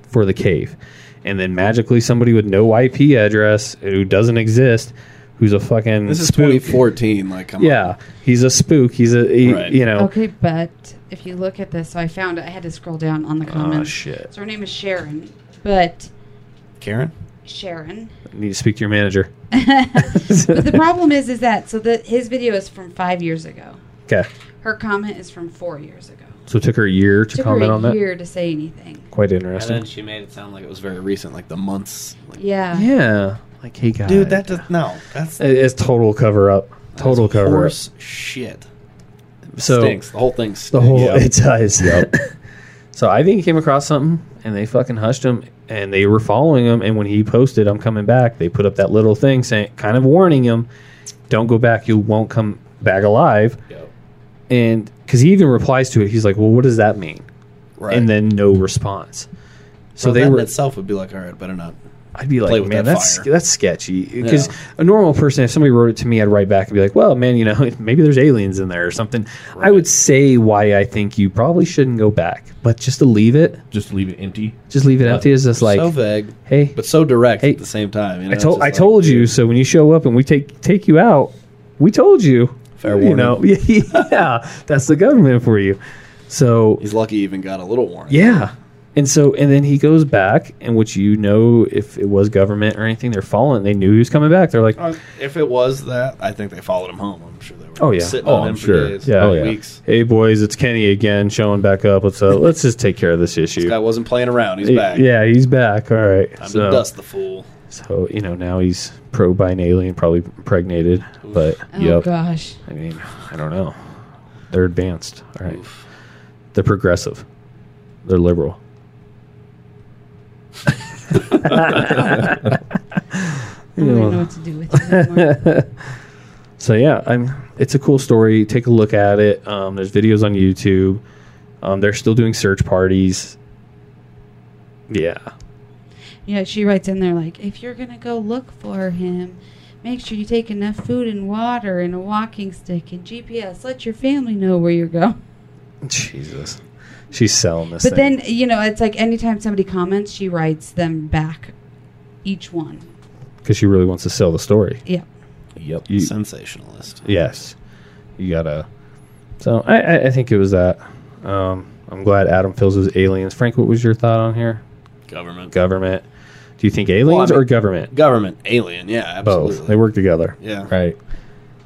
[SPEAKER 1] for the cave. And then magically somebody with no IP address who doesn't exist, who's a fucking
[SPEAKER 6] This is
[SPEAKER 1] spook.
[SPEAKER 6] 2014. Like, come on.
[SPEAKER 1] Yeah, he's a spook. He's a he,
[SPEAKER 6] Right.
[SPEAKER 1] you know.
[SPEAKER 2] Okay, but if you look at this, so I found it. I had to scroll down on the
[SPEAKER 6] Ah,
[SPEAKER 1] Oh
[SPEAKER 2] comments.
[SPEAKER 1] shit!
[SPEAKER 2] so her name is Sharon, but
[SPEAKER 6] Karen?
[SPEAKER 2] Sharon.
[SPEAKER 1] Need to speak to your manager. (laughs)
[SPEAKER 2] But the problem is, is that so that his video is from five years ago.
[SPEAKER 1] Okay,
[SPEAKER 2] Her comment is from four years ago.
[SPEAKER 1] so it took her a year to
[SPEAKER 2] Took
[SPEAKER 1] comment
[SPEAKER 2] her a
[SPEAKER 1] on that.
[SPEAKER 2] year to say anything.
[SPEAKER 1] Quite
[SPEAKER 6] And
[SPEAKER 1] interesting.
[SPEAKER 6] then she made it sound like it was very recent, like the months. Like,
[SPEAKER 2] Yeah.
[SPEAKER 1] yeah, like hey guys,
[SPEAKER 6] Dude, that does no. That's
[SPEAKER 1] It- it's total cover up. Total
[SPEAKER 6] that's
[SPEAKER 1] cover up.
[SPEAKER 6] horse shit.
[SPEAKER 1] So
[SPEAKER 6] stinks. The whole thing stinks.
[SPEAKER 1] the whole
[SPEAKER 4] Yeah.
[SPEAKER 1] it does. (laughs) so I think he came across something, and they fucking hushed him, and they were following him. And when he posted, "I'm coming back," they put up that little thing saying, kind of warning him, "Don't go back. You won't come back alive."
[SPEAKER 4] Yep.
[SPEAKER 1] And because he even replies to it, he's like, "Well, what does that mean?"
[SPEAKER 6] right.
[SPEAKER 1] and then no response. So
[SPEAKER 6] Well,
[SPEAKER 1] they
[SPEAKER 6] that
[SPEAKER 1] were.
[SPEAKER 6] in itself would be like, all right, better not.
[SPEAKER 1] I'd be
[SPEAKER 6] play
[SPEAKER 1] like,
[SPEAKER 6] with
[SPEAKER 1] man,
[SPEAKER 6] that
[SPEAKER 1] that's
[SPEAKER 6] fire."
[SPEAKER 1] that's sketchy. Because
[SPEAKER 6] Yeah.
[SPEAKER 1] a normal person, if somebody wrote it to me, I'd write back and be like, well, man, you know, (laughs) maybe there's aliens in there or something. I would say why I think you probably shouldn't go back, but just to leave it,
[SPEAKER 4] Just leave it empty.
[SPEAKER 1] just leave it empty is just like,
[SPEAKER 6] so vague,
[SPEAKER 1] hey,
[SPEAKER 6] but so direct
[SPEAKER 1] Hey,
[SPEAKER 6] at the same time. You know,
[SPEAKER 1] I
[SPEAKER 6] it's
[SPEAKER 1] told
[SPEAKER 6] just
[SPEAKER 1] I
[SPEAKER 6] like,
[SPEAKER 1] told you.
[SPEAKER 6] dude,
[SPEAKER 1] So when you show up and we take take you out, we told you.
[SPEAKER 6] Fair
[SPEAKER 1] you
[SPEAKER 6] warning.
[SPEAKER 1] know, (laughs) yeah, that's the government for you. So
[SPEAKER 6] He's lucky he even got a little warning.
[SPEAKER 1] Yeah. And so, and then he goes back, and which you know, if it was government or anything, they're following. They knew he was coming back. They're like,
[SPEAKER 6] Uh, If it was that, I think they followed him home. I'm sure they
[SPEAKER 1] Oh yeah.
[SPEAKER 6] Sitting
[SPEAKER 4] Oh,
[SPEAKER 6] on
[SPEAKER 4] I'm
[SPEAKER 6] them
[SPEAKER 4] sure.
[SPEAKER 6] for days,
[SPEAKER 1] Yeah.
[SPEAKER 4] Oh, yeah.
[SPEAKER 6] weeks.
[SPEAKER 1] Hey boys, it's Kenny again showing back up. Let's uh, let's just take care of this issue.
[SPEAKER 6] This guy wasn't playing around. He's
[SPEAKER 1] Y-
[SPEAKER 6] back.
[SPEAKER 1] Yeah, he's back. All right.
[SPEAKER 6] Time
[SPEAKER 1] so,
[SPEAKER 6] to dust the fool.
[SPEAKER 1] so you know now he's pro by an alien, probably impregnated. But
[SPEAKER 2] Oh
[SPEAKER 1] yep.
[SPEAKER 2] gosh.
[SPEAKER 1] I mean, I don't know. They're advanced. All right. They're progressive. They're liberal. (laughs)
[SPEAKER 2] I don't even know what to do with
[SPEAKER 1] (laughs)
[SPEAKER 2] it anymore.
[SPEAKER 1] So yeah, I'm. It's a cool story. Take a look at it. Um, there's videos on YouTube. Um, they're still doing search parties. Yeah.
[SPEAKER 2] yeah, she writes in there like, if you're gonna go look for him, make sure you take enough food and water and a walking stick and GPS. Let your family know where you're going.
[SPEAKER 1] Jesus. She's selling this.
[SPEAKER 2] But
[SPEAKER 1] thing.
[SPEAKER 2] then you know, it's like anytime somebody comments, she writes them back, each one.
[SPEAKER 1] because she really wants to sell the story.
[SPEAKER 2] Yeah.
[SPEAKER 1] Yep. You,
[SPEAKER 6] Sensationalist.
[SPEAKER 1] yes. You gotta. So I, I, I think it was that. Um, I'm glad Adam feels his aliens. Frank, what was your thought on here?
[SPEAKER 6] Government.
[SPEAKER 1] Government. Do you think aliens
[SPEAKER 6] mean-
[SPEAKER 1] or government?
[SPEAKER 6] Government. Alien. Yeah, absolutely.
[SPEAKER 1] Both. They work together.
[SPEAKER 6] Yeah.
[SPEAKER 4] Right.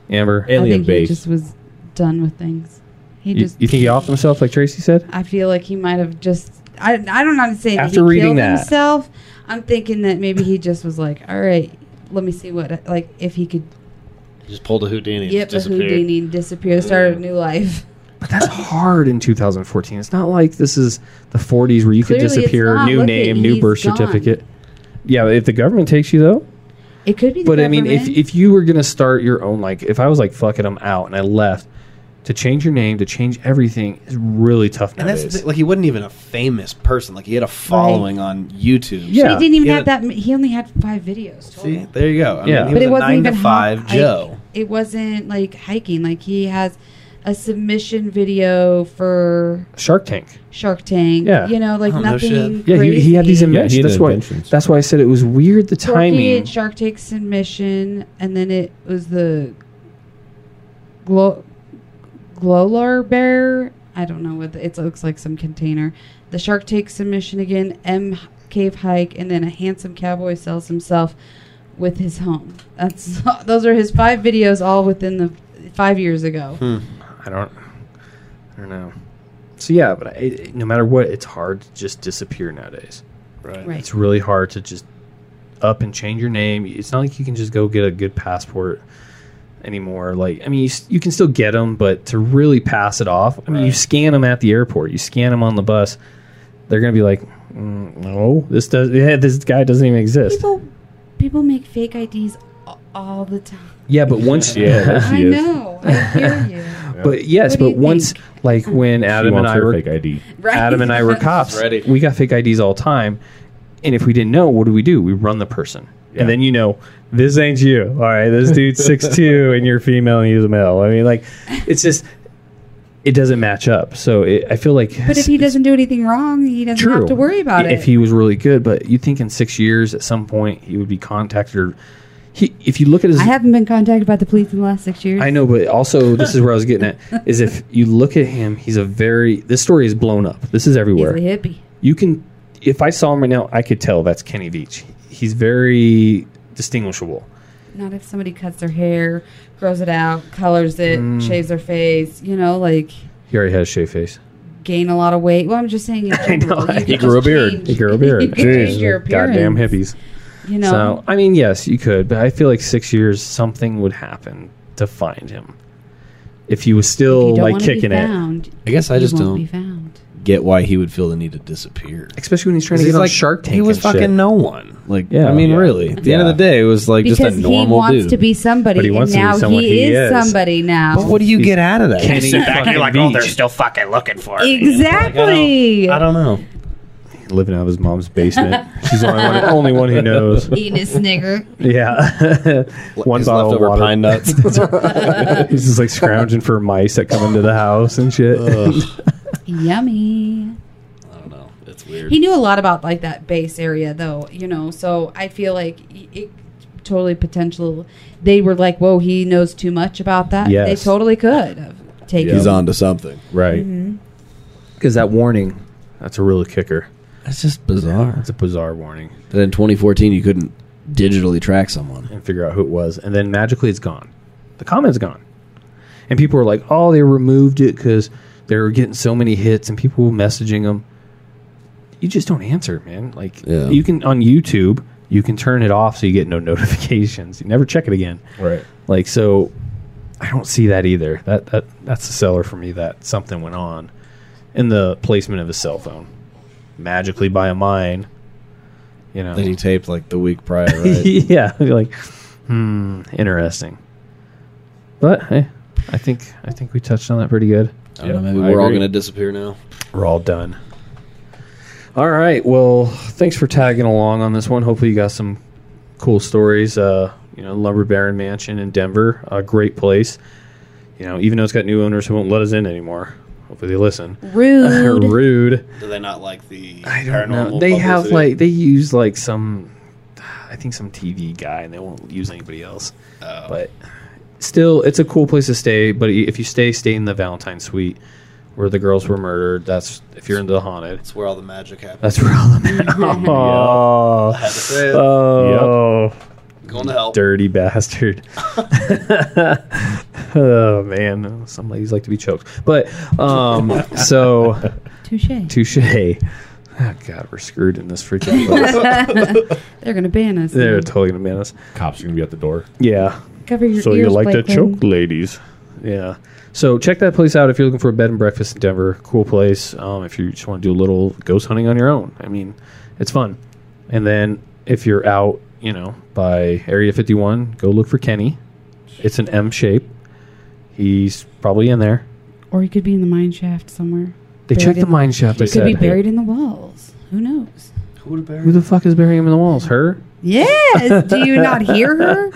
[SPEAKER 1] Amber,
[SPEAKER 2] I
[SPEAKER 4] Alien
[SPEAKER 2] think
[SPEAKER 4] base.
[SPEAKER 2] he just was done with things. He
[SPEAKER 1] you,
[SPEAKER 2] just.
[SPEAKER 1] you think he offed himself like Tracy said?
[SPEAKER 2] I feel like he might have just. I, I don't know how to say that
[SPEAKER 1] After
[SPEAKER 2] he
[SPEAKER 1] reading
[SPEAKER 2] killed
[SPEAKER 1] that.
[SPEAKER 2] himself. I'm thinking that maybe he just was like, all right, let me see what like if he could
[SPEAKER 6] Just pulled a Houdini. and
[SPEAKER 2] get a
[SPEAKER 6] disappeared.
[SPEAKER 2] Houdini and disappear, start a new life.
[SPEAKER 1] But that's hard in 2014. It's not like this is the 40s where you
[SPEAKER 2] Clearly
[SPEAKER 1] could
[SPEAKER 2] it's
[SPEAKER 1] disappear,
[SPEAKER 2] not.
[SPEAKER 1] new
[SPEAKER 2] Look at-
[SPEAKER 1] name, new
[SPEAKER 2] he's
[SPEAKER 1] birth
[SPEAKER 2] gone.
[SPEAKER 1] certificate. Yeah, if the government takes you though,
[SPEAKER 2] It could be. The
[SPEAKER 1] But I mean, if,
[SPEAKER 2] government.
[SPEAKER 1] if you were gonna start your own, like if I was like fucking them out and I left, to change your name, to change everything is really tough
[SPEAKER 6] And that's the
[SPEAKER 1] nowadays.
[SPEAKER 6] thing, like he wasn't even a famous person. Like he had a following on YouTube.
[SPEAKER 1] Yeah.
[SPEAKER 2] he didn't even
[SPEAKER 6] Yeah.
[SPEAKER 2] have that. m- He only had five videos. Total.
[SPEAKER 6] See, there you go. I
[SPEAKER 1] Yeah.
[SPEAKER 6] mean,
[SPEAKER 1] But
[SPEAKER 6] he was
[SPEAKER 2] it
[SPEAKER 6] a
[SPEAKER 2] wasn't
[SPEAKER 6] nine
[SPEAKER 2] even
[SPEAKER 6] to five
[SPEAKER 2] hike-
[SPEAKER 6] Joe.
[SPEAKER 2] It wasn't like hiking. Like he has a submission video for
[SPEAKER 1] Shark Tank.
[SPEAKER 2] Shark Tank.
[SPEAKER 1] Yeah.
[SPEAKER 2] You know, like
[SPEAKER 6] Oh, no shit.
[SPEAKER 2] nothing.
[SPEAKER 1] Yeah, he, he had these
[SPEAKER 2] crazy.
[SPEAKER 4] Yeah,
[SPEAKER 1] inventions.
[SPEAKER 4] he had
[SPEAKER 1] that's why.
[SPEAKER 4] inventions.
[SPEAKER 1] That's why I said it was weird the
[SPEAKER 2] So He
[SPEAKER 1] timing.
[SPEAKER 2] did Shark Tank submission, and then it was the glow Glowlar Bear. I don't know what the, it looks like. Some container. The Shark Tank submission again. M Cave Hike, and then a handsome cowboy sells himself with his home. That's (laughs) those are his five videos, all within the five years ago.
[SPEAKER 1] Hmm. I don't. I don't know. So yeah, but I, it- no matter what, it's hard to just disappear nowadays.
[SPEAKER 2] Right.
[SPEAKER 1] It's really hard to just up and change your name. It's not like you can just go get a good passport anymore. Like, I mean, you, s- you can still get them, but to really pass it off, I mean, you scan them at the airport, you scan them on the bus. They're gonna be like, mm, no, this does. Yeah, this guy doesn't even exist.
[SPEAKER 2] People, people make fake IDs a- all the time.
[SPEAKER 1] yeah, but once, yeah,
[SPEAKER 2] (laughs) I know. I hear you.
[SPEAKER 1] (laughs) but yes,
[SPEAKER 2] What do
[SPEAKER 1] but
[SPEAKER 2] you
[SPEAKER 1] once, like when
[SPEAKER 4] She
[SPEAKER 1] Adam and
[SPEAKER 4] wants
[SPEAKER 1] I
[SPEAKER 4] her
[SPEAKER 1] were
[SPEAKER 4] fake ID.
[SPEAKER 2] Right?
[SPEAKER 1] Adam and I
[SPEAKER 2] (laughs)
[SPEAKER 1] were cops.
[SPEAKER 6] Ready.
[SPEAKER 1] We got fake IDs all the time. And if we didn't know, what do we do? We run the person.
[SPEAKER 4] Yeah.
[SPEAKER 1] And then you know, this ain't you. All right, this dude's six two, and you're female and he's a male. I mean, like, it's just, it doesn't match up. So it, I feel like.
[SPEAKER 2] But if he doesn't do anything wrong, he doesn't have to worry about it.
[SPEAKER 1] If he was really good, but you think in six years, at some point, he would be contacted or. He, if you look at his
[SPEAKER 2] I haven't been contacted by the police in the last six years.
[SPEAKER 1] I know, but also this is where I was getting at is if you look at him, he's a very this story is blown up. This is
[SPEAKER 2] He's a
[SPEAKER 1] everywhere.
[SPEAKER 2] hippie.
[SPEAKER 1] You can if I saw him right now, I could tell that's Kenny Beach. He's very distinguishable.
[SPEAKER 2] Not if somebody cuts their hair, grows it out, colors it,
[SPEAKER 1] Mm.
[SPEAKER 2] shaves their face. You know, like
[SPEAKER 1] He already has shave (laughs) face.
[SPEAKER 2] gain a lot of weight. Well, I'm just saying.
[SPEAKER 1] (laughs)
[SPEAKER 2] In general,
[SPEAKER 1] know.
[SPEAKER 2] you
[SPEAKER 1] He
[SPEAKER 2] could
[SPEAKER 1] grew
[SPEAKER 2] just
[SPEAKER 1] a beard.
[SPEAKER 2] change-
[SPEAKER 1] He grew a
[SPEAKER 2] (laughs)
[SPEAKER 1] beard.
[SPEAKER 2] you could change your appearance.
[SPEAKER 1] goddamn hippies.
[SPEAKER 2] You know.
[SPEAKER 1] So I mean, yes, you could, but I feel like six years something would happen to find him if he was
[SPEAKER 2] if
[SPEAKER 1] still
[SPEAKER 2] you don't
[SPEAKER 1] like
[SPEAKER 2] wanna be
[SPEAKER 1] kicking it,
[SPEAKER 2] found,
[SPEAKER 6] I guess I
[SPEAKER 2] you
[SPEAKER 6] just
[SPEAKER 2] won't
[SPEAKER 6] don't
[SPEAKER 2] be found.
[SPEAKER 6] get why he would feel the need to disappear.
[SPEAKER 1] especially when he's trying to
[SPEAKER 6] He's
[SPEAKER 1] get on
[SPEAKER 6] like-
[SPEAKER 1] Shark Tank.
[SPEAKER 6] He was
[SPEAKER 1] and
[SPEAKER 6] fucking
[SPEAKER 1] shit.
[SPEAKER 2] (laughs)
[SPEAKER 6] no one. Like,
[SPEAKER 1] Yeah.
[SPEAKER 6] I mean,
[SPEAKER 1] Yeah.
[SPEAKER 6] really, at the end of the day, it was like
[SPEAKER 2] Because
[SPEAKER 6] just a
[SPEAKER 2] he
[SPEAKER 6] normal
[SPEAKER 2] wants
[SPEAKER 6] dude.
[SPEAKER 2] to be somebody,
[SPEAKER 1] But he wants to
[SPEAKER 2] and
[SPEAKER 1] be
[SPEAKER 2] now
[SPEAKER 1] someone
[SPEAKER 2] he,
[SPEAKER 1] he
[SPEAKER 2] is,
[SPEAKER 1] is.
[SPEAKER 2] somebody now.
[SPEAKER 6] but what do you get out of that?
[SPEAKER 1] Kenny fucking Beach.
[SPEAKER 7] oh, fucking looking for
[SPEAKER 2] exactly.
[SPEAKER 6] I don't know.
[SPEAKER 1] living out of his mom's basement. She's the only one, only one who knows.
[SPEAKER 2] Eating a snigger.
[SPEAKER 1] (laughs) Yeah, (laughs) one
[SPEAKER 6] His
[SPEAKER 1] bottle of
[SPEAKER 6] leftover
[SPEAKER 1] water. (laughs)
[SPEAKER 6] pine nuts.
[SPEAKER 1] He's just like scrounging for mice that come into the house and shit.
[SPEAKER 2] Yummy.
[SPEAKER 6] I don't know. It's weird.
[SPEAKER 2] He knew a lot about like that base area though, you know. So I feel like y- it totally potential. They were like, "Whoa, he knows too much about that." They
[SPEAKER 1] Yes.
[SPEAKER 2] totally could have taken.
[SPEAKER 3] He's on to something.
[SPEAKER 4] Right.
[SPEAKER 1] Because that warning, that's a real kicker.
[SPEAKER 6] That's just bizarre.
[SPEAKER 1] It's a bizarre warning,
[SPEAKER 3] That in 2014 you couldn't digitally track someone.
[SPEAKER 1] and figure out who it was, and then magically it's gone. The comment's gone. And people were like, "Oh, they removed it because they were getting so many hits," and people were messaging them. You just don't answer, man. Like
[SPEAKER 3] Yeah.
[SPEAKER 1] you can on YouTube, you can turn it off so you get no (laughs) notifications. You never check it again.
[SPEAKER 4] Right.
[SPEAKER 1] Like so, I don't see that either. That that that's the seller for me. That something went on in the placement of his cell phone, magically by a mine. You know,
[SPEAKER 3] That he taped like the week
[SPEAKER 6] (laughs)
[SPEAKER 3] prior,
[SPEAKER 1] (laughs)
[SPEAKER 3] right?
[SPEAKER 1] yeah, you're like, hmm, interesting. But hey, I think I think we touched on that pretty good.
[SPEAKER 3] I don't know, maybe
[SPEAKER 4] I
[SPEAKER 3] we're all
[SPEAKER 4] agree.
[SPEAKER 3] going to disappear now.
[SPEAKER 1] We're all done. All right. Well, thanks for tagging along on this one. Hopefully, you got some cool stories. Uh, you know, Lumber Baron Mansion in Denver, a great place. You know, even though it's got new owners who won't let us in anymore. Hopefully, they listen. (laughs)
[SPEAKER 2] Rude.
[SPEAKER 1] Rude.
[SPEAKER 6] Do they not like the
[SPEAKER 1] I don't know.
[SPEAKER 6] paranormal
[SPEAKER 1] They have
[SPEAKER 6] publicity?
[SPEAKER 1] like they use like some, I think some TV guy, and they won't use anybody else.
[SPEAKER 6] Oh.
[SPEAKER 1] But still, it's a cool place to stay. But if you stay, stay in the Valentine Suite, where the girls were murdered. That's if you're into the haunted.
[SPEAKER 6] That's where all the magic happens.
[SPEAKER 1] That's where all the men. (laughs)
[SPEAKER 6] I had to say it.
[SPEAKER 1] oh,
[SPEAKER 6] Going to help.
[SPEAKER 1] dirty (laughs) bastard. oh man, some ladies like to be choked. But um, so
[SPEAKER 2] Touche.
[SPEAKER 1] touche. (laughs) Oh, God, we're screwed in this freaking (laughs) place.
[SPEAKER 2] They're gonna ban us.
[SPEAKER 1] They're totally gonna ban us.
[SPEAKER 4] Cops are gonna be at the door.
[SPEAKER 1] Yeah.
[SPEAKER 2] Cover your
[SPEAKER 1] So
[SPEAKER 2] ears.
[SPEAKER 1] you like to
[SPEAKER 2] Blakely.
[SPEAKER 1] choke ladies? Yeah. So check that place out if you're looking for a bed and breakfast in Denver. Cool place. Um, if you just want to do a little ghost hunting on your own, I mean, it's fun. And then if you're out, you know, by Area 51, go look for Kenny. It's an M shape. He's probably in there.
[SPEAKER 2] Or you could be in the mine shaft somewhere.
[SPEAKER 1] They
[SPEAKER 2] Buried
[SPEAKER 1] checked the
[SPEAKER 2] in-
[SPEAKER 1] mine shaft. They
[SPEAKER 2] Could
[SPEAKER 1] said,
[SPEAKER 2] be buried in the walls. Who knows?
[SPEAKER 6] Who would have buried
[SPEAKER 1] "Who the fuck is burying him in the walls?" Her.
[SPEAKER 2] Yes. Do you not hear her?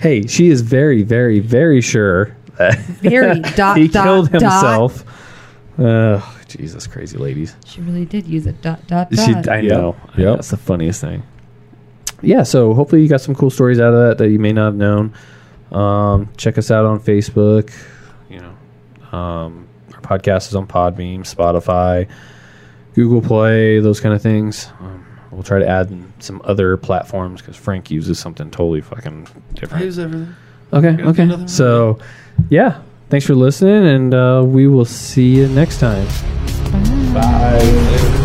[SPEAKER 1] Hey, she is very, very, very sure that (laughs)
[SPEAKER 2] Very dot
[SPEAKER 1] he
[SPEAKER 2] dot
[SPEAKER 1] killed
[SPEAKER 2] dot.
[SPEAKER 1] himself. Oh, Jesus, crazy ladies.
[SPEAKER 2] She really did use a dot dot
[SPEAKER 1] She,
[SPEAKER 2] dot.
[SPEAKER 1] I
[SPEAKER 4] Yeah.
[SPEAKER 1] know. I know.
[SPEAKER 4] Yep.
[SPEAKER 1] That's the funniest thing. Yeah, so hopefully you got some cool stories out of that that you may not have known. Um, check us out on Facebook. You know, um, our podcast is on Podbeam, Spotify, Google Play, those kind of things. Um, we'll try to add in some other platforms because Frank uses something totally fucking
[SPEAKER 6] I
[SPEAKER 1] different.
[SPEAKER 6] use everything.
[SPEAKER 1] Okay,
[SPEAKER 6] do another
[SPEAKER 1] okay.
[SPEAKER 6] one.
[SPEAKER 1] So, yeah, thanks for listening, and uh, we will see you next time.
[SPEAKER 4] Bye.
[SPEAKER 6] Later.